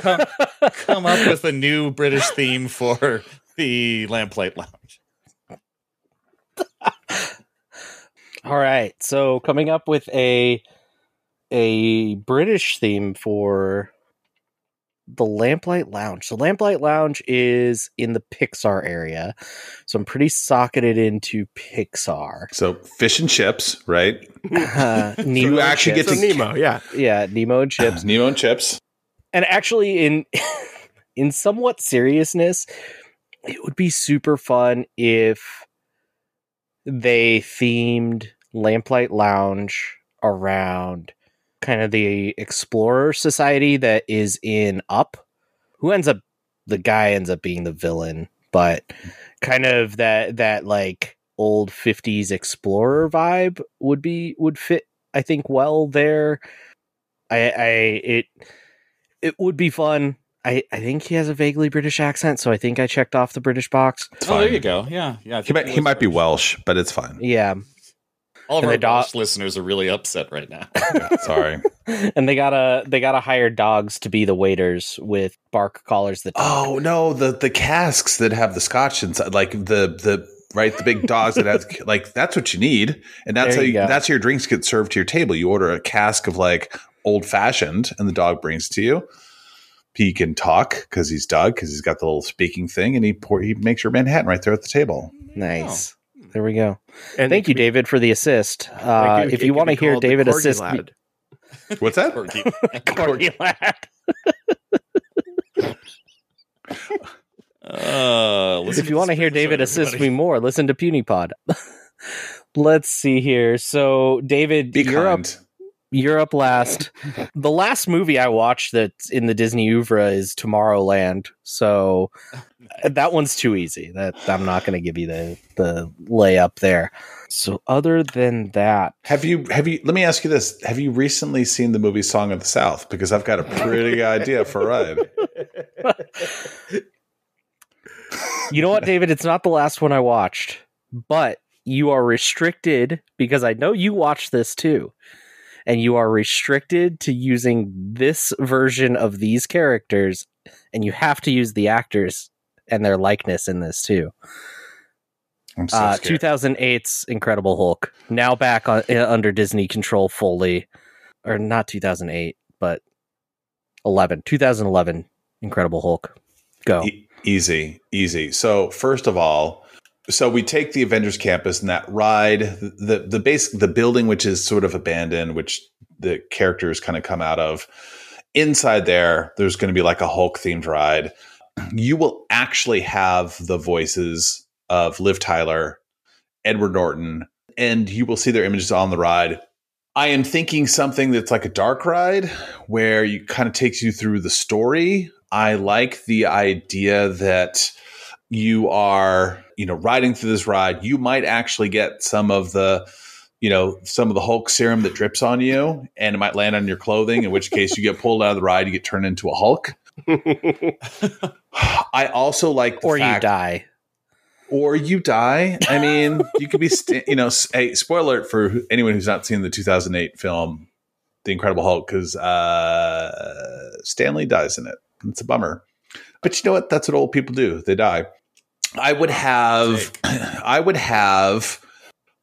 Speaker 1: come, come up with a new British theme for the Lamplight Lounge.
Speaker 3: All right, so coming up with a a British theme for the Lamplight Lounge. The Lamplight Lounge is in the Pixar area, so I'm pretty socketed into Pixar.
Speaker 2: So fish and chips, right?
Speaker 3: Uh, Nemo
Speaker 2: you
Speaker 3: and
Speaker 2: actually get
Speaker 4: so
Speaker 2: to-
Speaker 3: Chips.
Speaker 4: Nemo, yeah.
Speaker 3: yeah, Nemo and chips.
Speaker 2: Nemo and chips.
Speaker 3: and actually in in somewhat seriousness it would be super fun if they themed lamplight lounge around kind of the explorer society that is in up who ends up the guy ends up being the villain but kind of that that like old 50s explorer vibe would be would fit i think well there i i it it would be fun i i think he has a vaguely british accent so i think i checked off the british box
Speaker 2: It's
Speaker 1: Oh,
Speaker 2: fine.
Speaker 1: there you go. Yeah, yeah. I
Speaker 2: He
Speaker 1: think
Speaker 2: might
Speaker 1: it
Speaker 2: he
Speaker 1: was
Speaker 2: might be
Speaker 1: British.
Speaker 2: Welsh, but it's fine.
Speaker 3: yeah
Speaker 1: All of
Speaker 3: And
Speaker 1: our
Speaker 3: the dog-
Speaker 1: Welsh listeners are really upset right now.
Speaker 2: Sorry.
Speaker 3: and they gotta they gotta hire dogs to be the waiters with bark collars that talk.
Speaker 2: Oh no, the the casks that have the scotch inside, like the the right the big dogs that have like that's what you need, and that's
Speaker 3: There
Speaker 2: how
Speaker 3: you
Speaker 2: you,
Speaker 3: go.
Speaker 2: that's how your drinks get served to your table. You order a cask of like old fashioned, and the dog brings it to you. He can talk because he's dog because he's got the little speaking thing, and he pour, he makes your Manhattan right there at the table.
Speaker 3: nice there we go
Speaker 4: And
Speaker 3: thank
Speaker 4: it
Speaker 3: you
Speaker 4: could be-
Speaker 3: david for the assist
Speaker 4: like,
Speaker 3: uh,
Speaker 4: it-
Speaker 3: if
Speaker 4: it
Speaker 3: you
Speaker 4: could
Speaker 3: want to
Speaker 4: be
Speaker 3: hear
Speaker 4: called the
Speaker 3: david
Speaker 4: Corgi
Speaker 3: assist me-
Speaker 4: Lad.
Speaker 2: What's that?
Speaker 1: Corgi.
Speaker 3: Corgi Lad.
Speaker 1: Uh, listen
Speaker 3: if you want to
Speaker 1: this
Speaker 3: hear
Speaker 1: episode,
Speaker 3: david assist me
Speaker 1: everybody.
Speaker 3: more listen to punipod let's see here so david
Speaker 2: Be
Speaker 3: you're up
Speaker 2: kind.
Speaker 3: Europe last. the last movie I watched that's in the Disney oeuvre is Tomorrowland. So uh, that one's too easy. That I'm not going to give you the the layup there. So other than that,
Speaker 2: Have you have you? Let me ask you this: Have you recently seen the movie Song of the South? Because I've got a pretty good idea for a ride.
Speaker 3: you know what, David? It's not the last one I watched. but you are restricted because I know you watch this too. And you are restricted to using this version of these characters, and you have to use the actors and their likeness in this too.
Speaker 2: I'm so
Speaker 3: Uh,
Speaker 2: scared.
Speaker 3: 2008's Incredible Hulk, now back on, uh, under Disney control fully, or not 2008, but 11, 2011 Incredible Hulk. Go.
Speaker 2: E- easy, easy. So first of all, so we take the Avengers campus and that ride, the the base, the building which is sort of abandoned, which the characters kind of come out of. Inside there, there's going to be like a Hulk themed ride. You will actually have the voices of Liv Tyler, Edward Norton, and you will see their images on the ride. I am thinking something that's like a dark ride where you kind of takes you through the story. I like the idea that you are, you know, riding through this ride. You might actually get some of the, you know, some of the Hulk serum that drips on you and it might land on your clothing, in which case you get pulled out of the ride, you get turned into a Hulk. I also like the
Speaker 3: or you
Speaker 2: fact-
Speaker 3: die.
Speaker 2: or you die. I mean, you could be, st- you know, s- hey, spoiler alert for who- anyone who's not seen the 2008 film, The Incredible Hulk, because uh, Stanley dies in it. It's a bummer. But you know what? That's what old people do. They die. I would have, I would have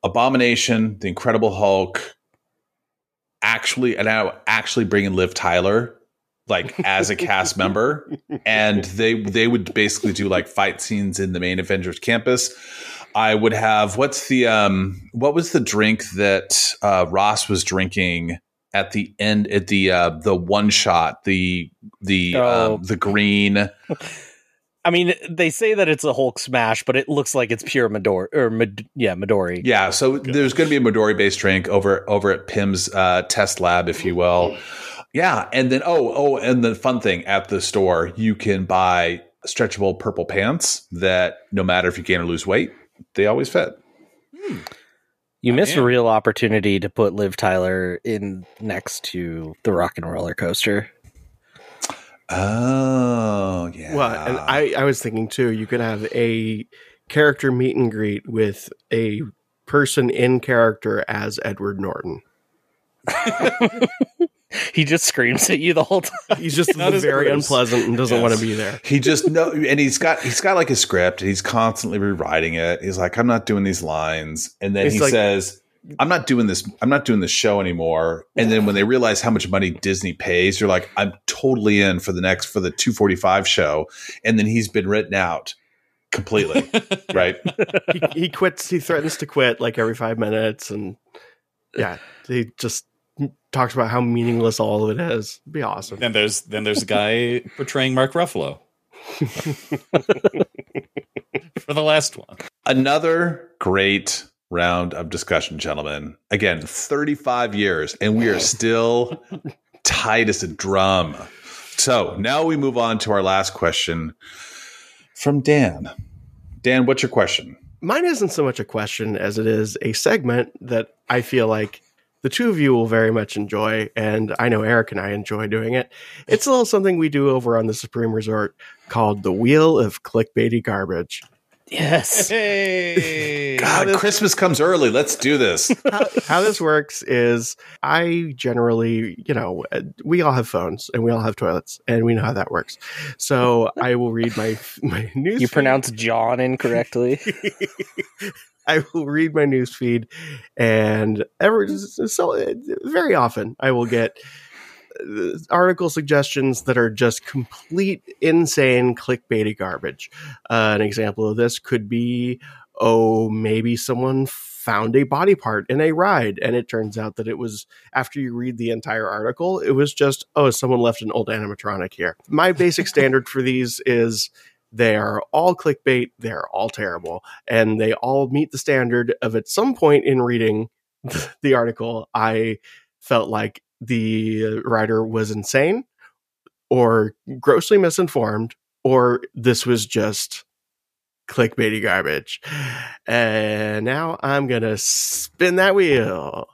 Speaker 2: Abomination, The Incredible Hulk, actually, and I would actually bring in Liv Tyler. Like as a cast member, and they they would basically do like fight scenes in the main Avengers campus. I would have what's the um what was the drink that uh, Ross was drinking at the end at the uh, the one shot the the
Speaker 3: Oh.
Speaker 2: um, the green
Speaker 3: I mean, they say that it's a Hulk smash, but it looks like it's pure Midori or Mid- yeah, Midori.
Speaker 2: yeah so there's going to be a Midori based drink over over at Pim's uh, test lab if you will yeah and then oh oh and the fun thing at the store you can buy stretchable purple pants that no matter if you gain or lose weight they always fit.
Speaker 3: You missed a
Speaker 1: man.
Speaker 3: real opportunity to put Liv Tyler in next to the Rock and Roller Coaster.
Speaker 2: Oh yeah.
Speaker 4: Well, and
Speaker 3: Uh,
Speaker 4: I, I was thinking too, you could have a character meet and greet with a person in character as Edward Norton.
Speaker 3: He just screams at you the whole time.
Speaker 4: He's just
Speaker 1: Not as
Speaker 4: very
Speaker 1: Bruce.
Speaker 4: unpleasant and doesn't
Speaker 1: Yes.
Speaker 4: want to be there.
Speaker 2: he just know, and he's got he's got like a script, and he's constantly rewriting it. He's like, I'm not doing these lines, and then
Speaker 4: It's
Speaker 2: he
Speaker 4: like-
Speaker 2: says, I'm not doing this. I'm not doing this show anymore. And then when they realize how much money Disney pays, you're like, I'm totally in for the next for the 245 show, and then he's been written out completely, right?
Speaker 4: He, he quits. He threatens to quit like every five minutes, and yeah, he just talks about how meaningless all of it is. It'd be awesome.
Speaker 1: Then there's then there's a guy portraying Mark Ruffalo for the last one.
Speaker 2: Another great round of discussion, gentlemen. Again, 35 years, and we are still tight as a drum. So now we move on to our last question from Dan. Dan, what's your question?
Speaker 4: mine isn't so much a question as it is a segment that I feel like the two of you will very much enjoy, and I know Eric and I enjoy doing it. It's a little something we do over on the Supreme Resort called the Wheel of Clickbaity Garbage.
Speaker 3: Yes.
Speaker 1: Hey,
Speaker 2: God, Christmas comes early. Let's do this.
Speaker 4: how, how this works is I generally, you know, uh, we all have phones and we all have toilets, and we know how that works. So I will read my my news.
Speaker 3: You
Speaker 4: feed.
Speaker 3: pronounce John incorrectly.
Speaker 4: I will read my news feed, and every so very often I will get uh, article suggestions that are just complete insane clickbaity garbage. Uh, an example of this could be, oh, maybe someone found a body part in a ride, and it turns out that it was after you read the entire article, it was just, oh, someone left an old animatronic here. My basic standard for these is. They are all clickbait. They're all terrible and they all meet the standard of at some point in reading the article i felt like the writer was insane or grossly misinformed or this was just clickbaity garbage and now i'm gonna spin that wheel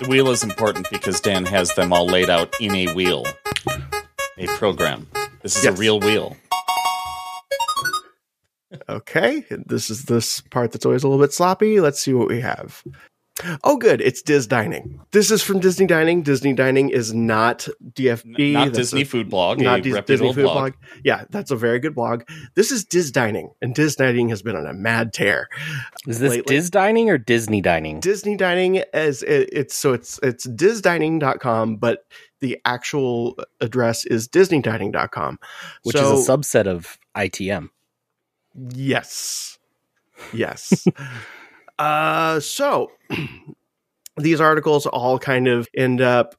Speaker 1: The wheel is important because Dan has them all laid out in a wheel, a program. This is
Speaker 4: Yes.
Speaker 1: a real wheel.
Speaker 4: Okay, this is this part that's always a little bit sloppy. Let's see what we have. Oh, good, it's Dis Dining. This is from Disney Dining. Disney Dining is not DFB,
Speaker 1: not
Speaker 4: That's
Speaker 1: Disney
Speaker 4: a-
Speaker 1: food blog,
Speaker 4: not
Speaker 1: a
Speaker 4: Dis-
Speaker 1: reputable
Speaker 4: Disney food
Speaker 1: blog.
Speaker 4: blog. Yeah, that's a very good blog. This is Dis Dining, and Dis Dining has been on a mad tear.
Speaker 3: Is this
Speaker 4: Lately-
Speaker 3: Diz dining or Disney dining?
Speaker 4: Disney Dining as it, it's so it's it's disdining.com, but the actual address is disneydining.com.
Speaker 3: which
Speaker 4: So-
Speaker 3: is a subset of ITM.
Speaker 4: Yes. Yes. uh so these articles all kind of end up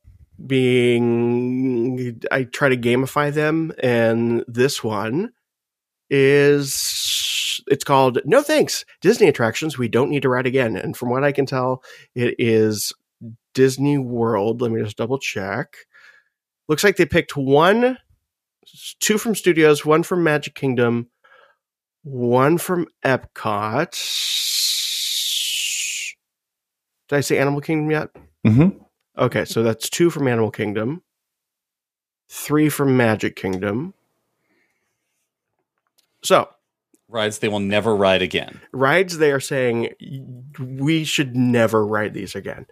Speaker 4: being I try to gamify them and this one is it's called No Thanks Disney Attractions We Don't Need to Ride Again and from what I can tell it is Disney World let me just double check looks like they picked one two from studios one from Magic Kingdom one from Epcot. Did I say Animal Kingdom yet?
Speaker 2: Mm-hmm.
Speaker 4: Okay, so that's two from Animal Kingdom, three from Magic Kingdom. So,
Speaker 1: Rides they will never ride again.
Speaker 4: rides they are saying we should never ride these again.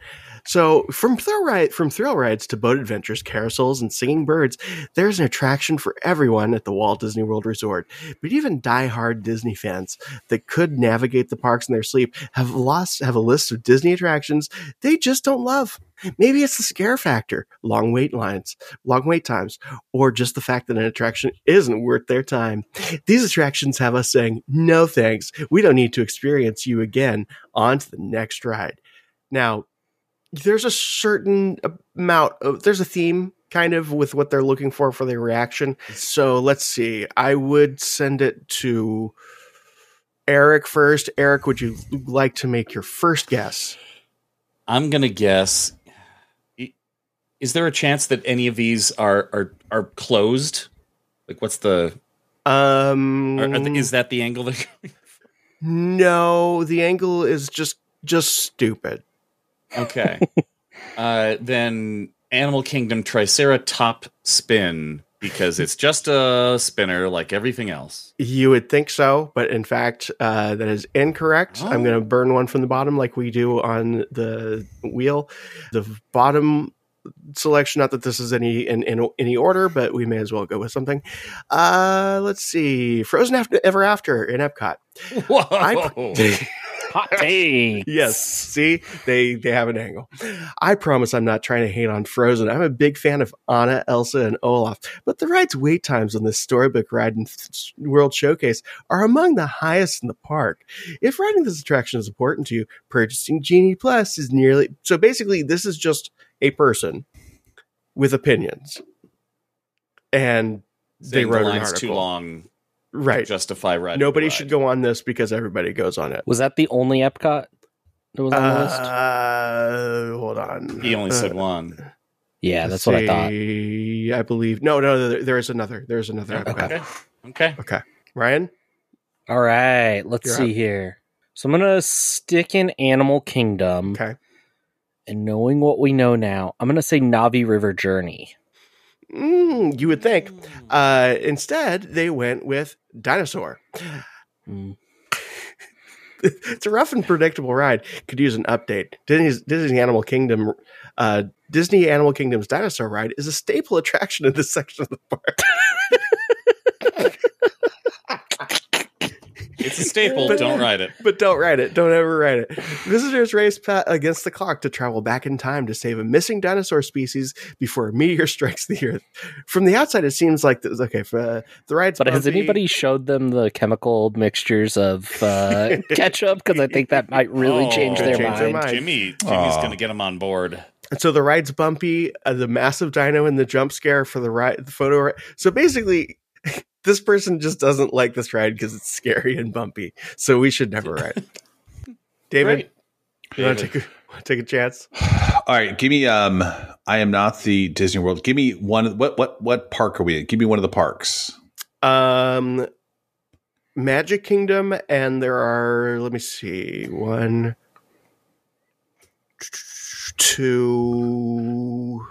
Speaker 4: So from thrill ride from thrill rides to boat adventures, carousels, and singing birds, there's an attraction for everyone at the Walt Disney World Resort. But even die-hard Disney fans that could navigate the parks in their sleep have lost have a list of Disney attractions they just don't love. Maybe it's the scare factor, long wait lines, long wait times, or just the fact that an attraction isn't worth their time. These attractions have us saying, no thanks, we don't need to experience you again. On to the next ride. Now, there's a certain amount of, there's a theme kind of with what they're looking for for their reaction. So let's see. I would send it to Eric first. Eric, would you like to make your first guess?
Speaker 1: I'm gonna guess. i- Is there a chance that any of these are are are closed? Like, what's the?
Speaker 4: Um,
Speaker 1: Are, are the is that the angle? That,
Speaker 4: no, the angle is just just stupid.
Speaker 1: okay. uh, then Animal Kingdom Triceratop Spin because it's just a spinner like everything else.
Speaker 4: You would think so, but in fact, uh, that is incorrect. I'm
Speaker 1: Oh.
Speaker 4: going to burn one from the bottom like we do on the wheel. The bottom selection, not that this is any in, in any order, but we may as well go with something. Uh, let's see. Frozen After Ever After in Epcot.
Speaker 1: Whoa!
Speaker 3: Hot take.
Speaker 4: Yes. See, they they have an angle. I promise I'm not trying to hate on Frozen. I'm a big fan of Anna, Elsa, and Olaf, but the ride's wait times on this storybook ride in Th- World Showcase are among the highest in the park. If riding this attraction is important to you, purchasing Genie Plus is nearly so. Basically, this is just a person with opinions, and they
Speaker 1: Saying the
Speaker 4: wrote an
Speaker 1: lines too
Speaker 4: article.
Speaker 1: long. to
Speaker 4: right.
Speaker 1: Justify riding. the
Speaker 4: Nobody
Speaker 1: ride.
Speaker 4: should go on this because everybody goes on it.
Speaker 3: Was that the only Epcot that was on the list?
Speaker 4: Uh, hold on. Uh,
Speaker 1: He only said one.
Speaker 3: Yeah, that's what I thought.
Speaker 4: I believe. No, no, there, there is another. There is another. I've got.
Speaker 1: Okay. Okay.
Speaker 4: Ryan?
Speaker 3: All right, let's
Speaker 4: You're
Speaker 3: see here. So I'm gonna stick in Animal Kingdom.
Speaker 4: Okay.
Speaker 3: And knowing what we know now, I'm gonna say Navi River Journey.
Speaker 4: Mm, you would think. Uh, instead, they went with Dinosaur.
Speaker 3: Mm.
Speaker 4: it's a rough and predictable ride. Could use an update. Disney's Disney Animal Kingdom, uh, Disney Animal Kingdom's dinosaur ride is a staple attraction in this section of the park.
Speaker 1: It's a staple.
Speaker 4: But-
Speaker 1: Don't ride it.
Speaker 4: But don't ride it. Don't ever ride it. Visitors race pa- against the clock to travel back in time to save a missing dinosaur species before a meteor strikes the Earth. From the outside, it seems like this, okay. For, uh, the ride's
Speaker 3: But has
Speaker 4: bumpy.
Speaker 3: anybody showed them the chemical mixtures of uh, ketchup? Because I think that might really
Speaker 1: Oh,
Speaker 3: change, their,
Speaker 4: Change
Speaker 3: mind.
Speaker 4: their mind.
Speaker 1: Jimmy, Jimmy's
Speaker 2: Aw.
Speaker 1: gonna get him on board.
Speaker 4: And so the ride's bumpy, uh, the massive dino and the jump scare for the ride, the photo. ri- So basically, this person just doesn't like this ride because it's scary and bumpy. So we should never ride. it. David,
Speaker 1: Great.
Speaker 4: you want to
Speaker 1: David.
Speaker 4: take a, wanna take a chance?
Speaker 2: All right, give me. Um, I am not the Disney World. Give me one. What what what park are we in? Give me one of the parks.
Speaker 4: Um, Magic Kingdom, and there are. Let me see. One, two.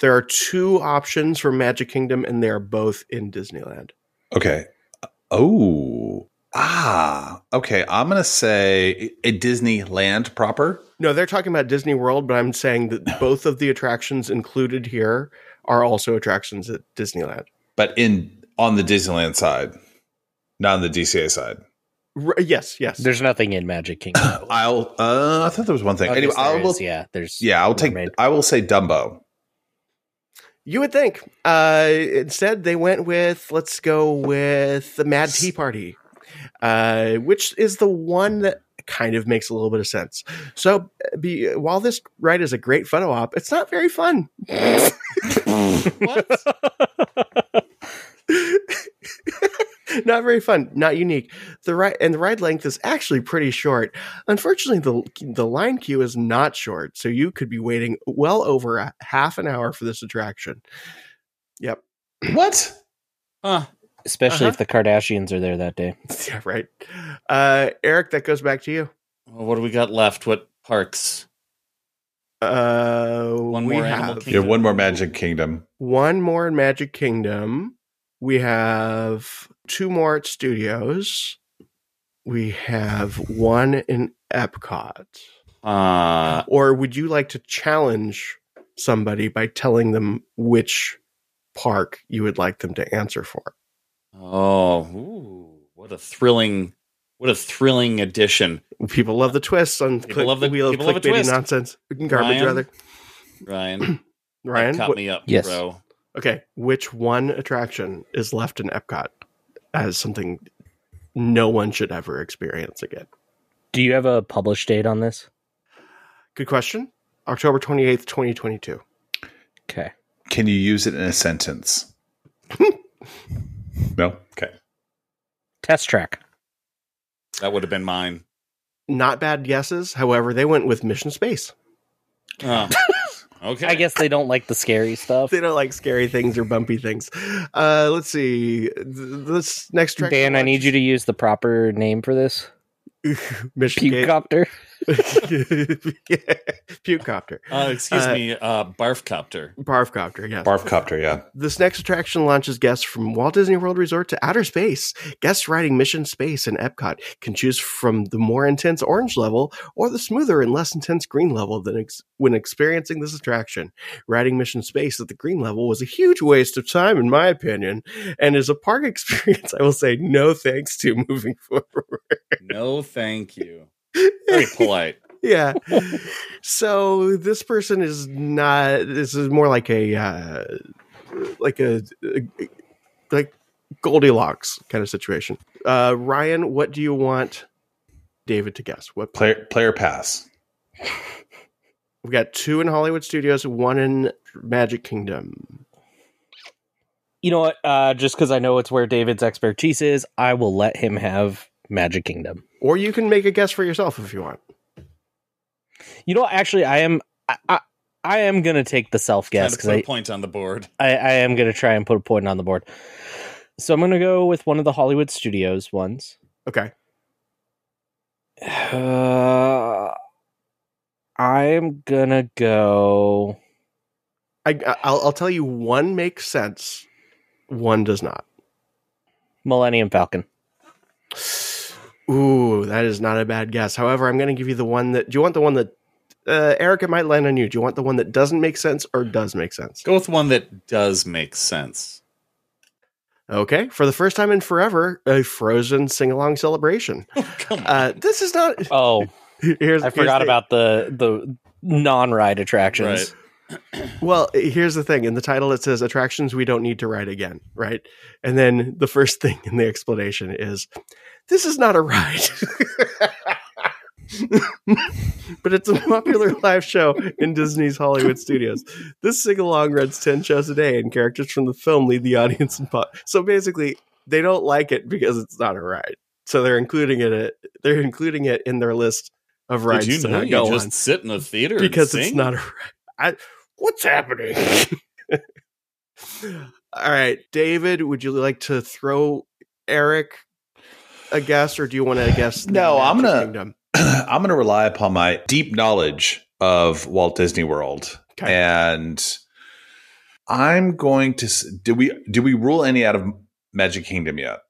Speaker 4: There are two options for Magic Kingdom, and they are both in Disneyland.
Speaker 2: Okay. Oh, Ah, okay. I'm gonna say a Disneyland proper.
Speaker 4: No, they're talking about Disney World, but I'm saying that both of the attractions included here are also attractions at Disneyland.
Speaker 2: but in on the Disneyland side, not on the DCA side.
Speaker 4: R- yes, yes.
Speaker 3: There's nothing in Magic Kingdom.
Speaker 2: I'll. Uh, I thought there was one thing.
Speaker 3: Oh,
Speaker 2: anyway,
Speaker 3: yes,
Speaker 2: I
Speaker 3: there
Speaker 2: will.
Speaker 3: is, yeah, there's
Speaker 2: yeah, I'll take.
Speaker 3: Mermaid.
Speaker 2: I will say Dumbo.
Speaker 4: you would think. Uh, instead, they went with let's go with the Mad Tea Party, uh, which is the one that kind of makes a little bit of sense. So, be, while this ride is a great photo op, it's not very fun. not very fun, not unique. The ride and the ride length is actually pretty short. Unfortunately, the the line queue is not short, so you could be waiting well over a half an hour for this attraction. Yep.
Speaker 2: What?
Speaker 1: Huh.
Speaker 3: especially
Speaker 4: Uh-huh.
Speaker 3: if the Kardashians are there that day.
Speaker 4: Yeah, right. Uh, Eric, that goes back to you.
Speaker 1: Well, what do we got left? What parks?
Speaker 4: Uh,
Speaker 1: One
Speaker 4: we
Speaker 1: more
Speaker 4: have
Speaker 1: Animal
Speaker 2: Yeah, one more Magic Kingdom.
Speaker 4: one more in Magic Kingdom. We have two more at Studios. We have one in Epcot.
Speaker 1: Uh,
Speaker 4: Or would you like to challenge somebody by telling them which park you would like them to answer for?
Speaker 1: oh, ooh, what a thrilling, what a thrilling addition,
Speaker 4: People love the twists on
Speaker 1: People love the-
Speaker 4: wheel of
Speaker 1: people love a
Speaker 4: clickbaity
Speaker 1: twist.
Speaker 4: nonsense. Garbage,
Speaker 1: Ryan?
Speaker 4: rather.
Speaker 1: Ryan.
Speaker 4: Ryan,
Speaker 1: caught
Speaker 4: what-
Speaker 1: me up,
Speaker 3: Yes.
Speaker 1: bro.
Speaker 4: Okay, which one attraction is left in Epcot as something no one should ever experience again?
Speaker 3: Do you have a published date on this?
Speaker 4: Good question. October 28th, 2022.
Speaker 3: Okay.
Speaker 2: Can you use it in a sentence? no. Okay.
Speaker 3: Test track.
Speaker 1: That would have been mine.
Speaker 4: Not bad guesses. However, they went with Mission Space.
Speaker 1: Uh, okay,
Speaker 3: I guess they don't like the scary stuff.
Speaker 4: They don't like scary things or bumpy things. Uh, let's see. Th- This next track.
Speaker 3: Dan, I need you to use the proper name for this.
Speaker 4: Mission Gate.
Speaker 3: Pukecopter.
Speaker 4: yeah. Pukecopter.
Speaker 1: Uh, excuse
Speaker 4: Uh,
Speaker 1: me, uh, barfcopter.
Speaker 4: Barfcopter, yes.
Speaker 2: Barfcopter. Yeah.
Speaker 4: This next attraction launches guests from Walt Disney World Resort to outer space. Guests riding Mission Space in Epcot can choose from the more intense orange level or the smoother and less intense green level than ex- when experiencing this attraction. Riding Mission Space at the green level was a huge waste of time, in my opinion, and is a park experience I will say no thanks to moving forward.
Speaker 1: No, thank you. Very polite.
Speaker 4: yeah. So this person is not. This is more like a uh, like a, like Goldilocks kind of situation. Uh, Ryan, what do you want David to guess? What
Speaker 2: Player player pass.
Speaker 4: we got two in Hollywood Studios, one in Magic Kingdom.
Speaker 3: You know what? Uh, just because I know it's where David's expertise is, I will let him have Magic Kingdom.
Speaker 4: Or you can make a guess for yourself if you want.
Speaker 3: You know, actually, I am. I, I, I am gonna take the self
Speaker 1: Trying
Speaker 3: guess
Speaker 1: to
Speaker 3: because
Speaker 1: put
Speaker 3: I,
Speaker 1: a point on the board.
Speaker 3: I, I am gonna try and put a point on the board. So I'm gonna go with one of the Hollywood Studios ones.
Speaker 4: Okay.
Speaker 3: Uh, I'm gonna go.
Speaker 4: I, I'll, I'll tell you one makes sense, one does not.
Speaker 3: Millennium Falcon.
Speaker 4: Ooh, that is not a bad guess. However, I'm going to give you the one that. Do you want the one that, uh, Eric? It might land on you. Do you want the one that doesn't make sense or does make sense?
Speaker 1: Go with one that does make sense.
Speaker 4: Okay, for the first time in forever, a Frozen sing-along celebration.
Speaker 1: Oh, Come on.
Speaker 4: Uh, this is not.
Speaker 3: Oh,
Speaker 4: Here's
Speaker 3: I
Speaker 4: here's
Speaker 3: forgot
Speaker 4: the-
Speaker 3: about the the non-ride attractions.
Speaker 4: Well, here's the thing. In the title, it says attractions we don't need to ride again, right? And then the first thing in the explanation is this is not a ride. but it's a popular live show in Disney's Hollywood Studios. This sing along runs 10 shows a day, and characters from the film lead the audience in pop. So basically, they don't like it because it's not a ride. So they're including it. They're including it in their list of rides.
Speaker 1: Did you
Speaker 4: to
Speaker 1: know
Speaker 4: not
Speaker 1: you
Speaker 4: go on
Speaker 1: just sit in a theater and
Speaker 4: because it's
Speaker 1: sing?
Speaker 4: not a I, what's happening all right david would you like to throw eric a guess or do you want to guess the
Speaker 2: No, I'm
Speaker 4: Magic
Speaker 2: gonna-
Speaker 4: Kingdom?
Speaker 2: I'm going to rely upon my deep knowledge of Walt Disney World,
Speaker 4: Okay.
Speaker 2: and I'm going to. s- Do we do we rule any out of Magic Kingdom yet?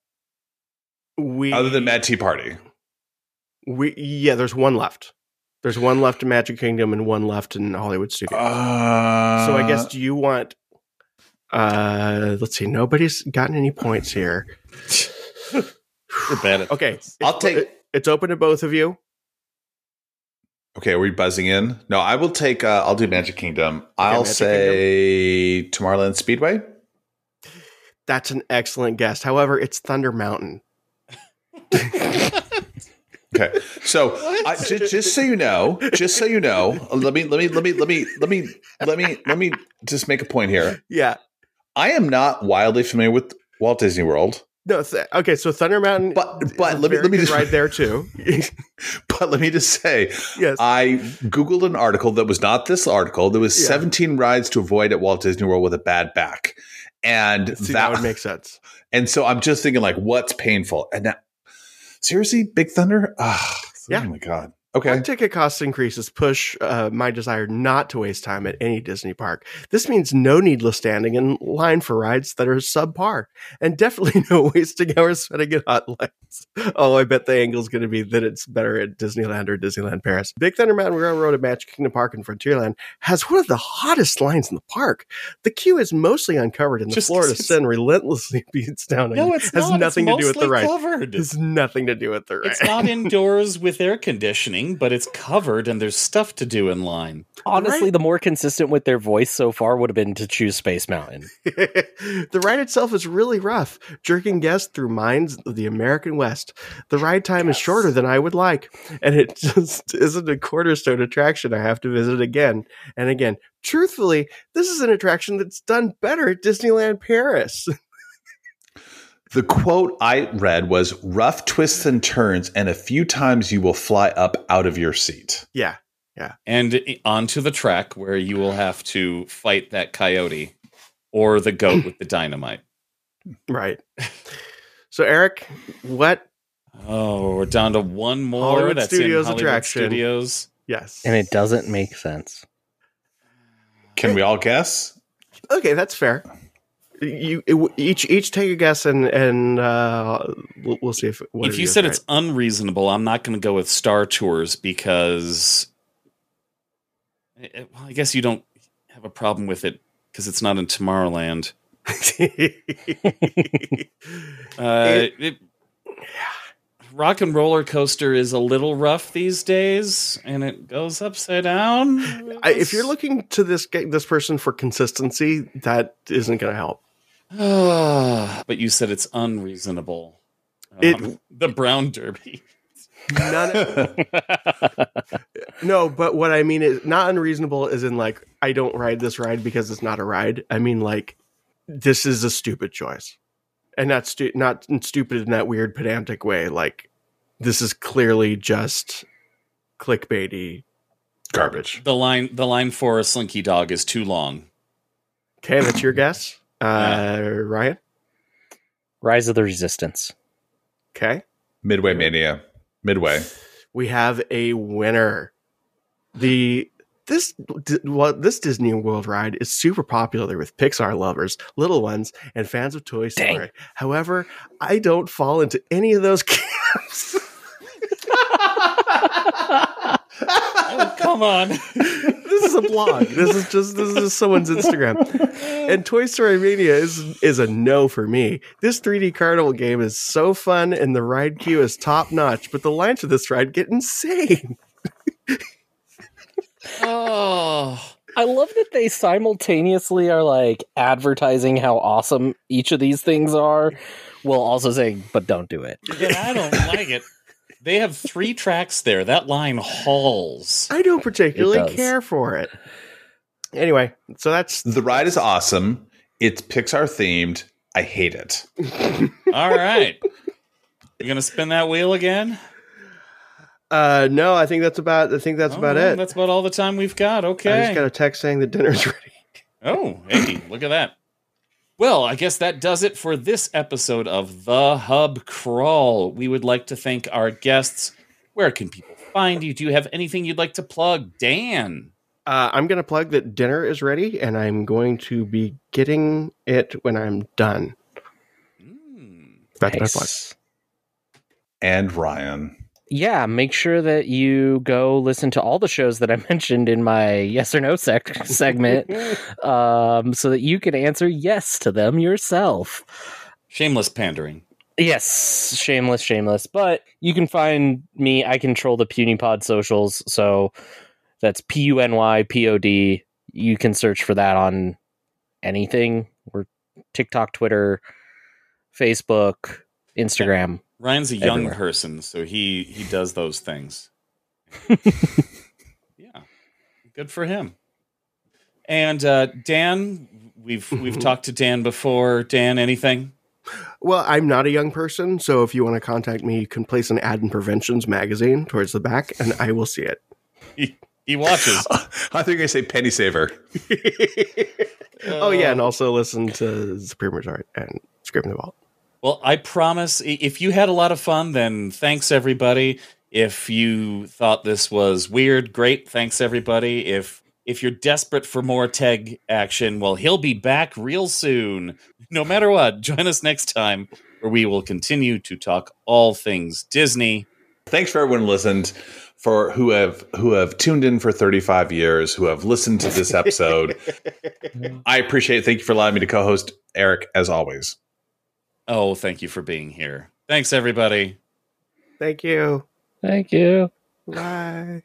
Speaker 4: We
Speaker 2: Other than Mad Tea Party.
Speaker 4: we yeah, there's one left. There's one left in Magic Kingdom and one left in Hollywood Studios.
Speaker 2: Uh,
Speaker 4: so I guess do you want uh let's see, nobody's gotten any points here.
Speaker 1: We're bad at
Speaker 4: Okay.
Speaker 2: I'll take.
Speaker 4: It's open to both of you.
Speaker 2: Okay, are we buzzing in? No, I will take. Uh, I'll do Magic Kingdom. I'll
Speaker 4: Magic
Speaker 2: say Tomorrowland Speedway.
Speaker 4: That's an excellent guess. However, it's Thunder Mountain.
Speaker 2: Okay, so I, ju- just so you know, just so you know, let me let me let me let me let me let me let me just make a point here.
Speaker 4: Yeah.
Speaker 2: I am not wildly familiar with Walt Disney World,
Speaker 4: No, th- okay, so Thunder Mountain
Speaker 2: but but
Speaker 4: is
Speaker 2: let me
Speaker 4: very
Speaker 2: let me
Speaker 4: good
Speaker 2: just
Speaker 4: right there too.
Speaker 2: but let me just say
Speaker 4: yes.
Speaker 2: I googled an article that was not this article. There was
Speaker 4: Yeah.
Speaker 2: 17 rides to avoid at Walt Disney World with a bad back, and that,
Speaker 4: See, that would make sense.
Speaker 2: and so I'm just thinking like, what's painful? And that, seriously, Big Thunder. Ugh,
Speaker 4: Yeah.
Speaker 2: Oh my god. Okay.
Speaker 4: Park ticket cost increases push uh, my desire not to waste time at any Disney park. This means no needless standing in line for rides that are subpar, and definitely no wasting hours spending at hot lights. Oh, I bet the angle's going to be that it's better at Disneyland or Disneyland Paris. Big Thunder Mountain Railroad at Magic Kingdom Park and Frontierland has one of the hottest lines in the park. The queue is mostly uncovered, and the
Speaker 1: Just
Speaker 4: floor to
Speaker 1: 'cause it's-
Speaker 4: sin relentlessly beats down on you.
Speaker 1: no, it's
Speaker 4: has
Speaker 1: not. It's
Speaker 4: nothing to do with the
Speaker 1: mostly
Speaker 4: right.
Speaker 1: Covered.
Speaker 4: It has nothing to do with the ride.
Speaker 1: It's not indoors with air conditioning, but it's covered and there's stuff to do in line.
Speaker 3: Honestly,
Speaker 4: Right.
Speaker 3: the more consistent with their voice so far would have been to choose Space Mountain.
Speaker 4: the ride itself is really rough, jerking guests through mines of the American West. The ride time is shorter than I would like, and it just isn't a cornerstone attraction I have to visit again and again. Truthfully, this is an attraction that's done better at Disneyland Paris.
Speaker 2: The quote I read was rough twists and turns, and a few times you will fly up out of your seat.
Speaker 4: yeah.
Speaker 1: And i- onto the track where you will have to fight that coyote or the goat with the dynamite.
Speaker 4: Right. So Eric, what
Speaker 1: Oh, we're down to one more.
Speaker 4: Hollywood
Speaker 1: That's in
Speaker 4: Studios
Speaker 1: Hollywood
Speaker 4: attraction.
Speaker 1: Studios.
Speaker 4: yes.
Speaker 3: And it doesn't make sense.
Speaker 2: Can we all guess?
Speaker 4: Okay, that's fair. You it- each each take a guess and and uh, we'll, we'll see if what
Speaker 1: if
Speaker 4: it
Speaker 1: you
Speaker 4: is,
Speaker 1: said
Speaker 4: right?
Speaker 1: it's unreasonable, I'm not going to go with Star Tours because, Eh, eh, well, I guess you don't have a problem with it because it's not in Tomorrowland. Uh, it, rock and roller coaster is a little rough these days, and it goes upside down.
Speaker 4: I, if you're looking to this ga- this person for consistency, that isn't going to help.
Speaker 1: but you said it's unreasonable. Um,
Speaker 4: It-
Speaker 1: the Brown Derby.
Speaker 4: None, no, but what I mean is not unreasonable. Is in like I don't ride this ride because it's not a ride. I mean like this is a stupid choice, and not stu- not stupid in that weird pedantic way. Like this is clearly just clickbaity.
Speaker 2: Garbage.
Speaker 1: The line, the line for a Slinky Dog is too long.
Speaker 4: Okay, that's your guess, uh, Ryan.
Speaker 3: Rise of the Resistance.
Speaker 4: Okay.
Speaker 2: Midway Mania. Midway.
Speaker 4: we have a winner. The this di- well, this Disney World ride is super popular with Pixar lovers, little ones, and fans of Toy Story. However, I don't fall into any of those camps.
Speaker 1: Oh, come on.
Speaker 4: this is a blog. This is just this is just someone's Instagram. And Toy Story Mania is is a no for me. This 3D carnival game is so fun, and the ride queue is top notch. But the lines for this ride get insane.
Speaker 1: Oh.
Speaker 3: I love that they simultaneously are like advertising how awesome each of these things are while also saying, but don't do it.
Speaker 1: Then I don't like it. They have three tracks there. That line hauls.
Speaker 4: I don't particularly
Speaker 3: does.
Speaker 4: care for it. Anyway, so that's
Speaker 2: The ride is awesome. It's Pixar themed. I hate it.
Speaker 1: All right. You're going to spin that wheel again?
Speaker 4: uh no, I think that's about I think that's
Speaker 1: All
Speaker 4: about
Speaker 1: right,
Speaker 4: it.
Speaker 1: Oh, That's about all the time we've got.
Speaker 4: I
Speaker 1: Okay.
Speaker 4: just got a text saying the dinner's ready.
Speaker 1: Oh, hey, look at that. Well, I guess that does it for this episode of The Hub Crawl. We would like to thank our guests. Where can people find you? Do you have anything you'd like to plug? Dan.
Speaker 4: Uh, I'm gonna plug that dinner is ready, and I'm going to be getting it when I'm done.
Speaker 1: Hmm.
Speaker 4: That's my plug.
Speaker 3: Nice.
Speaker 2: and Ryan.
Speaker 3: yeah, make sure that you go listen to all the shows that I mentioned in my yes or no sec- segment um, so that you can answer yes to them yourself.
Speaker 1: Shameless pandering.
Speaker 3: Yes, shameless, shameless. But you can find me. I control the PewDiePod socials. So that's P U N Y P O D. You can search for that on anything. We're TikTok, Twitter, Facebook, Instagram.
Speaker 1: Ryan's a young
Speaker 3: Everywhere.
Speaker 1: person, so he he does those things. yeah, good for him. And uh, Dan, we've we've talked to Dan before. Dan, anything?
Speaker 4: Well, I'm not a young person, so if you want to contact me, you can place an ad in Prevention's magazine towards the back, and I will see it.
Speaker 1: He watches.
Speaker 2: I thought you were going to say penny saver.
Speaker 4: oh yeah, and also listen to Supreme Resort and Screaming the Vault.
Speaker 1: Well, I promise. i- If you had a lot of fun, then thanks everybody. If you thought this was weird, great. Thanks everybody. If if you're desperate for more Teg action, well, he'll be back real soon. No matter what, join us next time where we will continue to talk all things Disney.
Speaker 2: Thanks for everyone who listened, for who have who have tuned in for 35 years, who have listened to this episode. I appreciate it. Thank you for allowing me to co-host Eric as always.
Speaker 1: Oh, thank you for being here. Thanks everybody.
Speaker 4: Thank you.
Speaker 3: Thank you.
Speaker 4: Bye.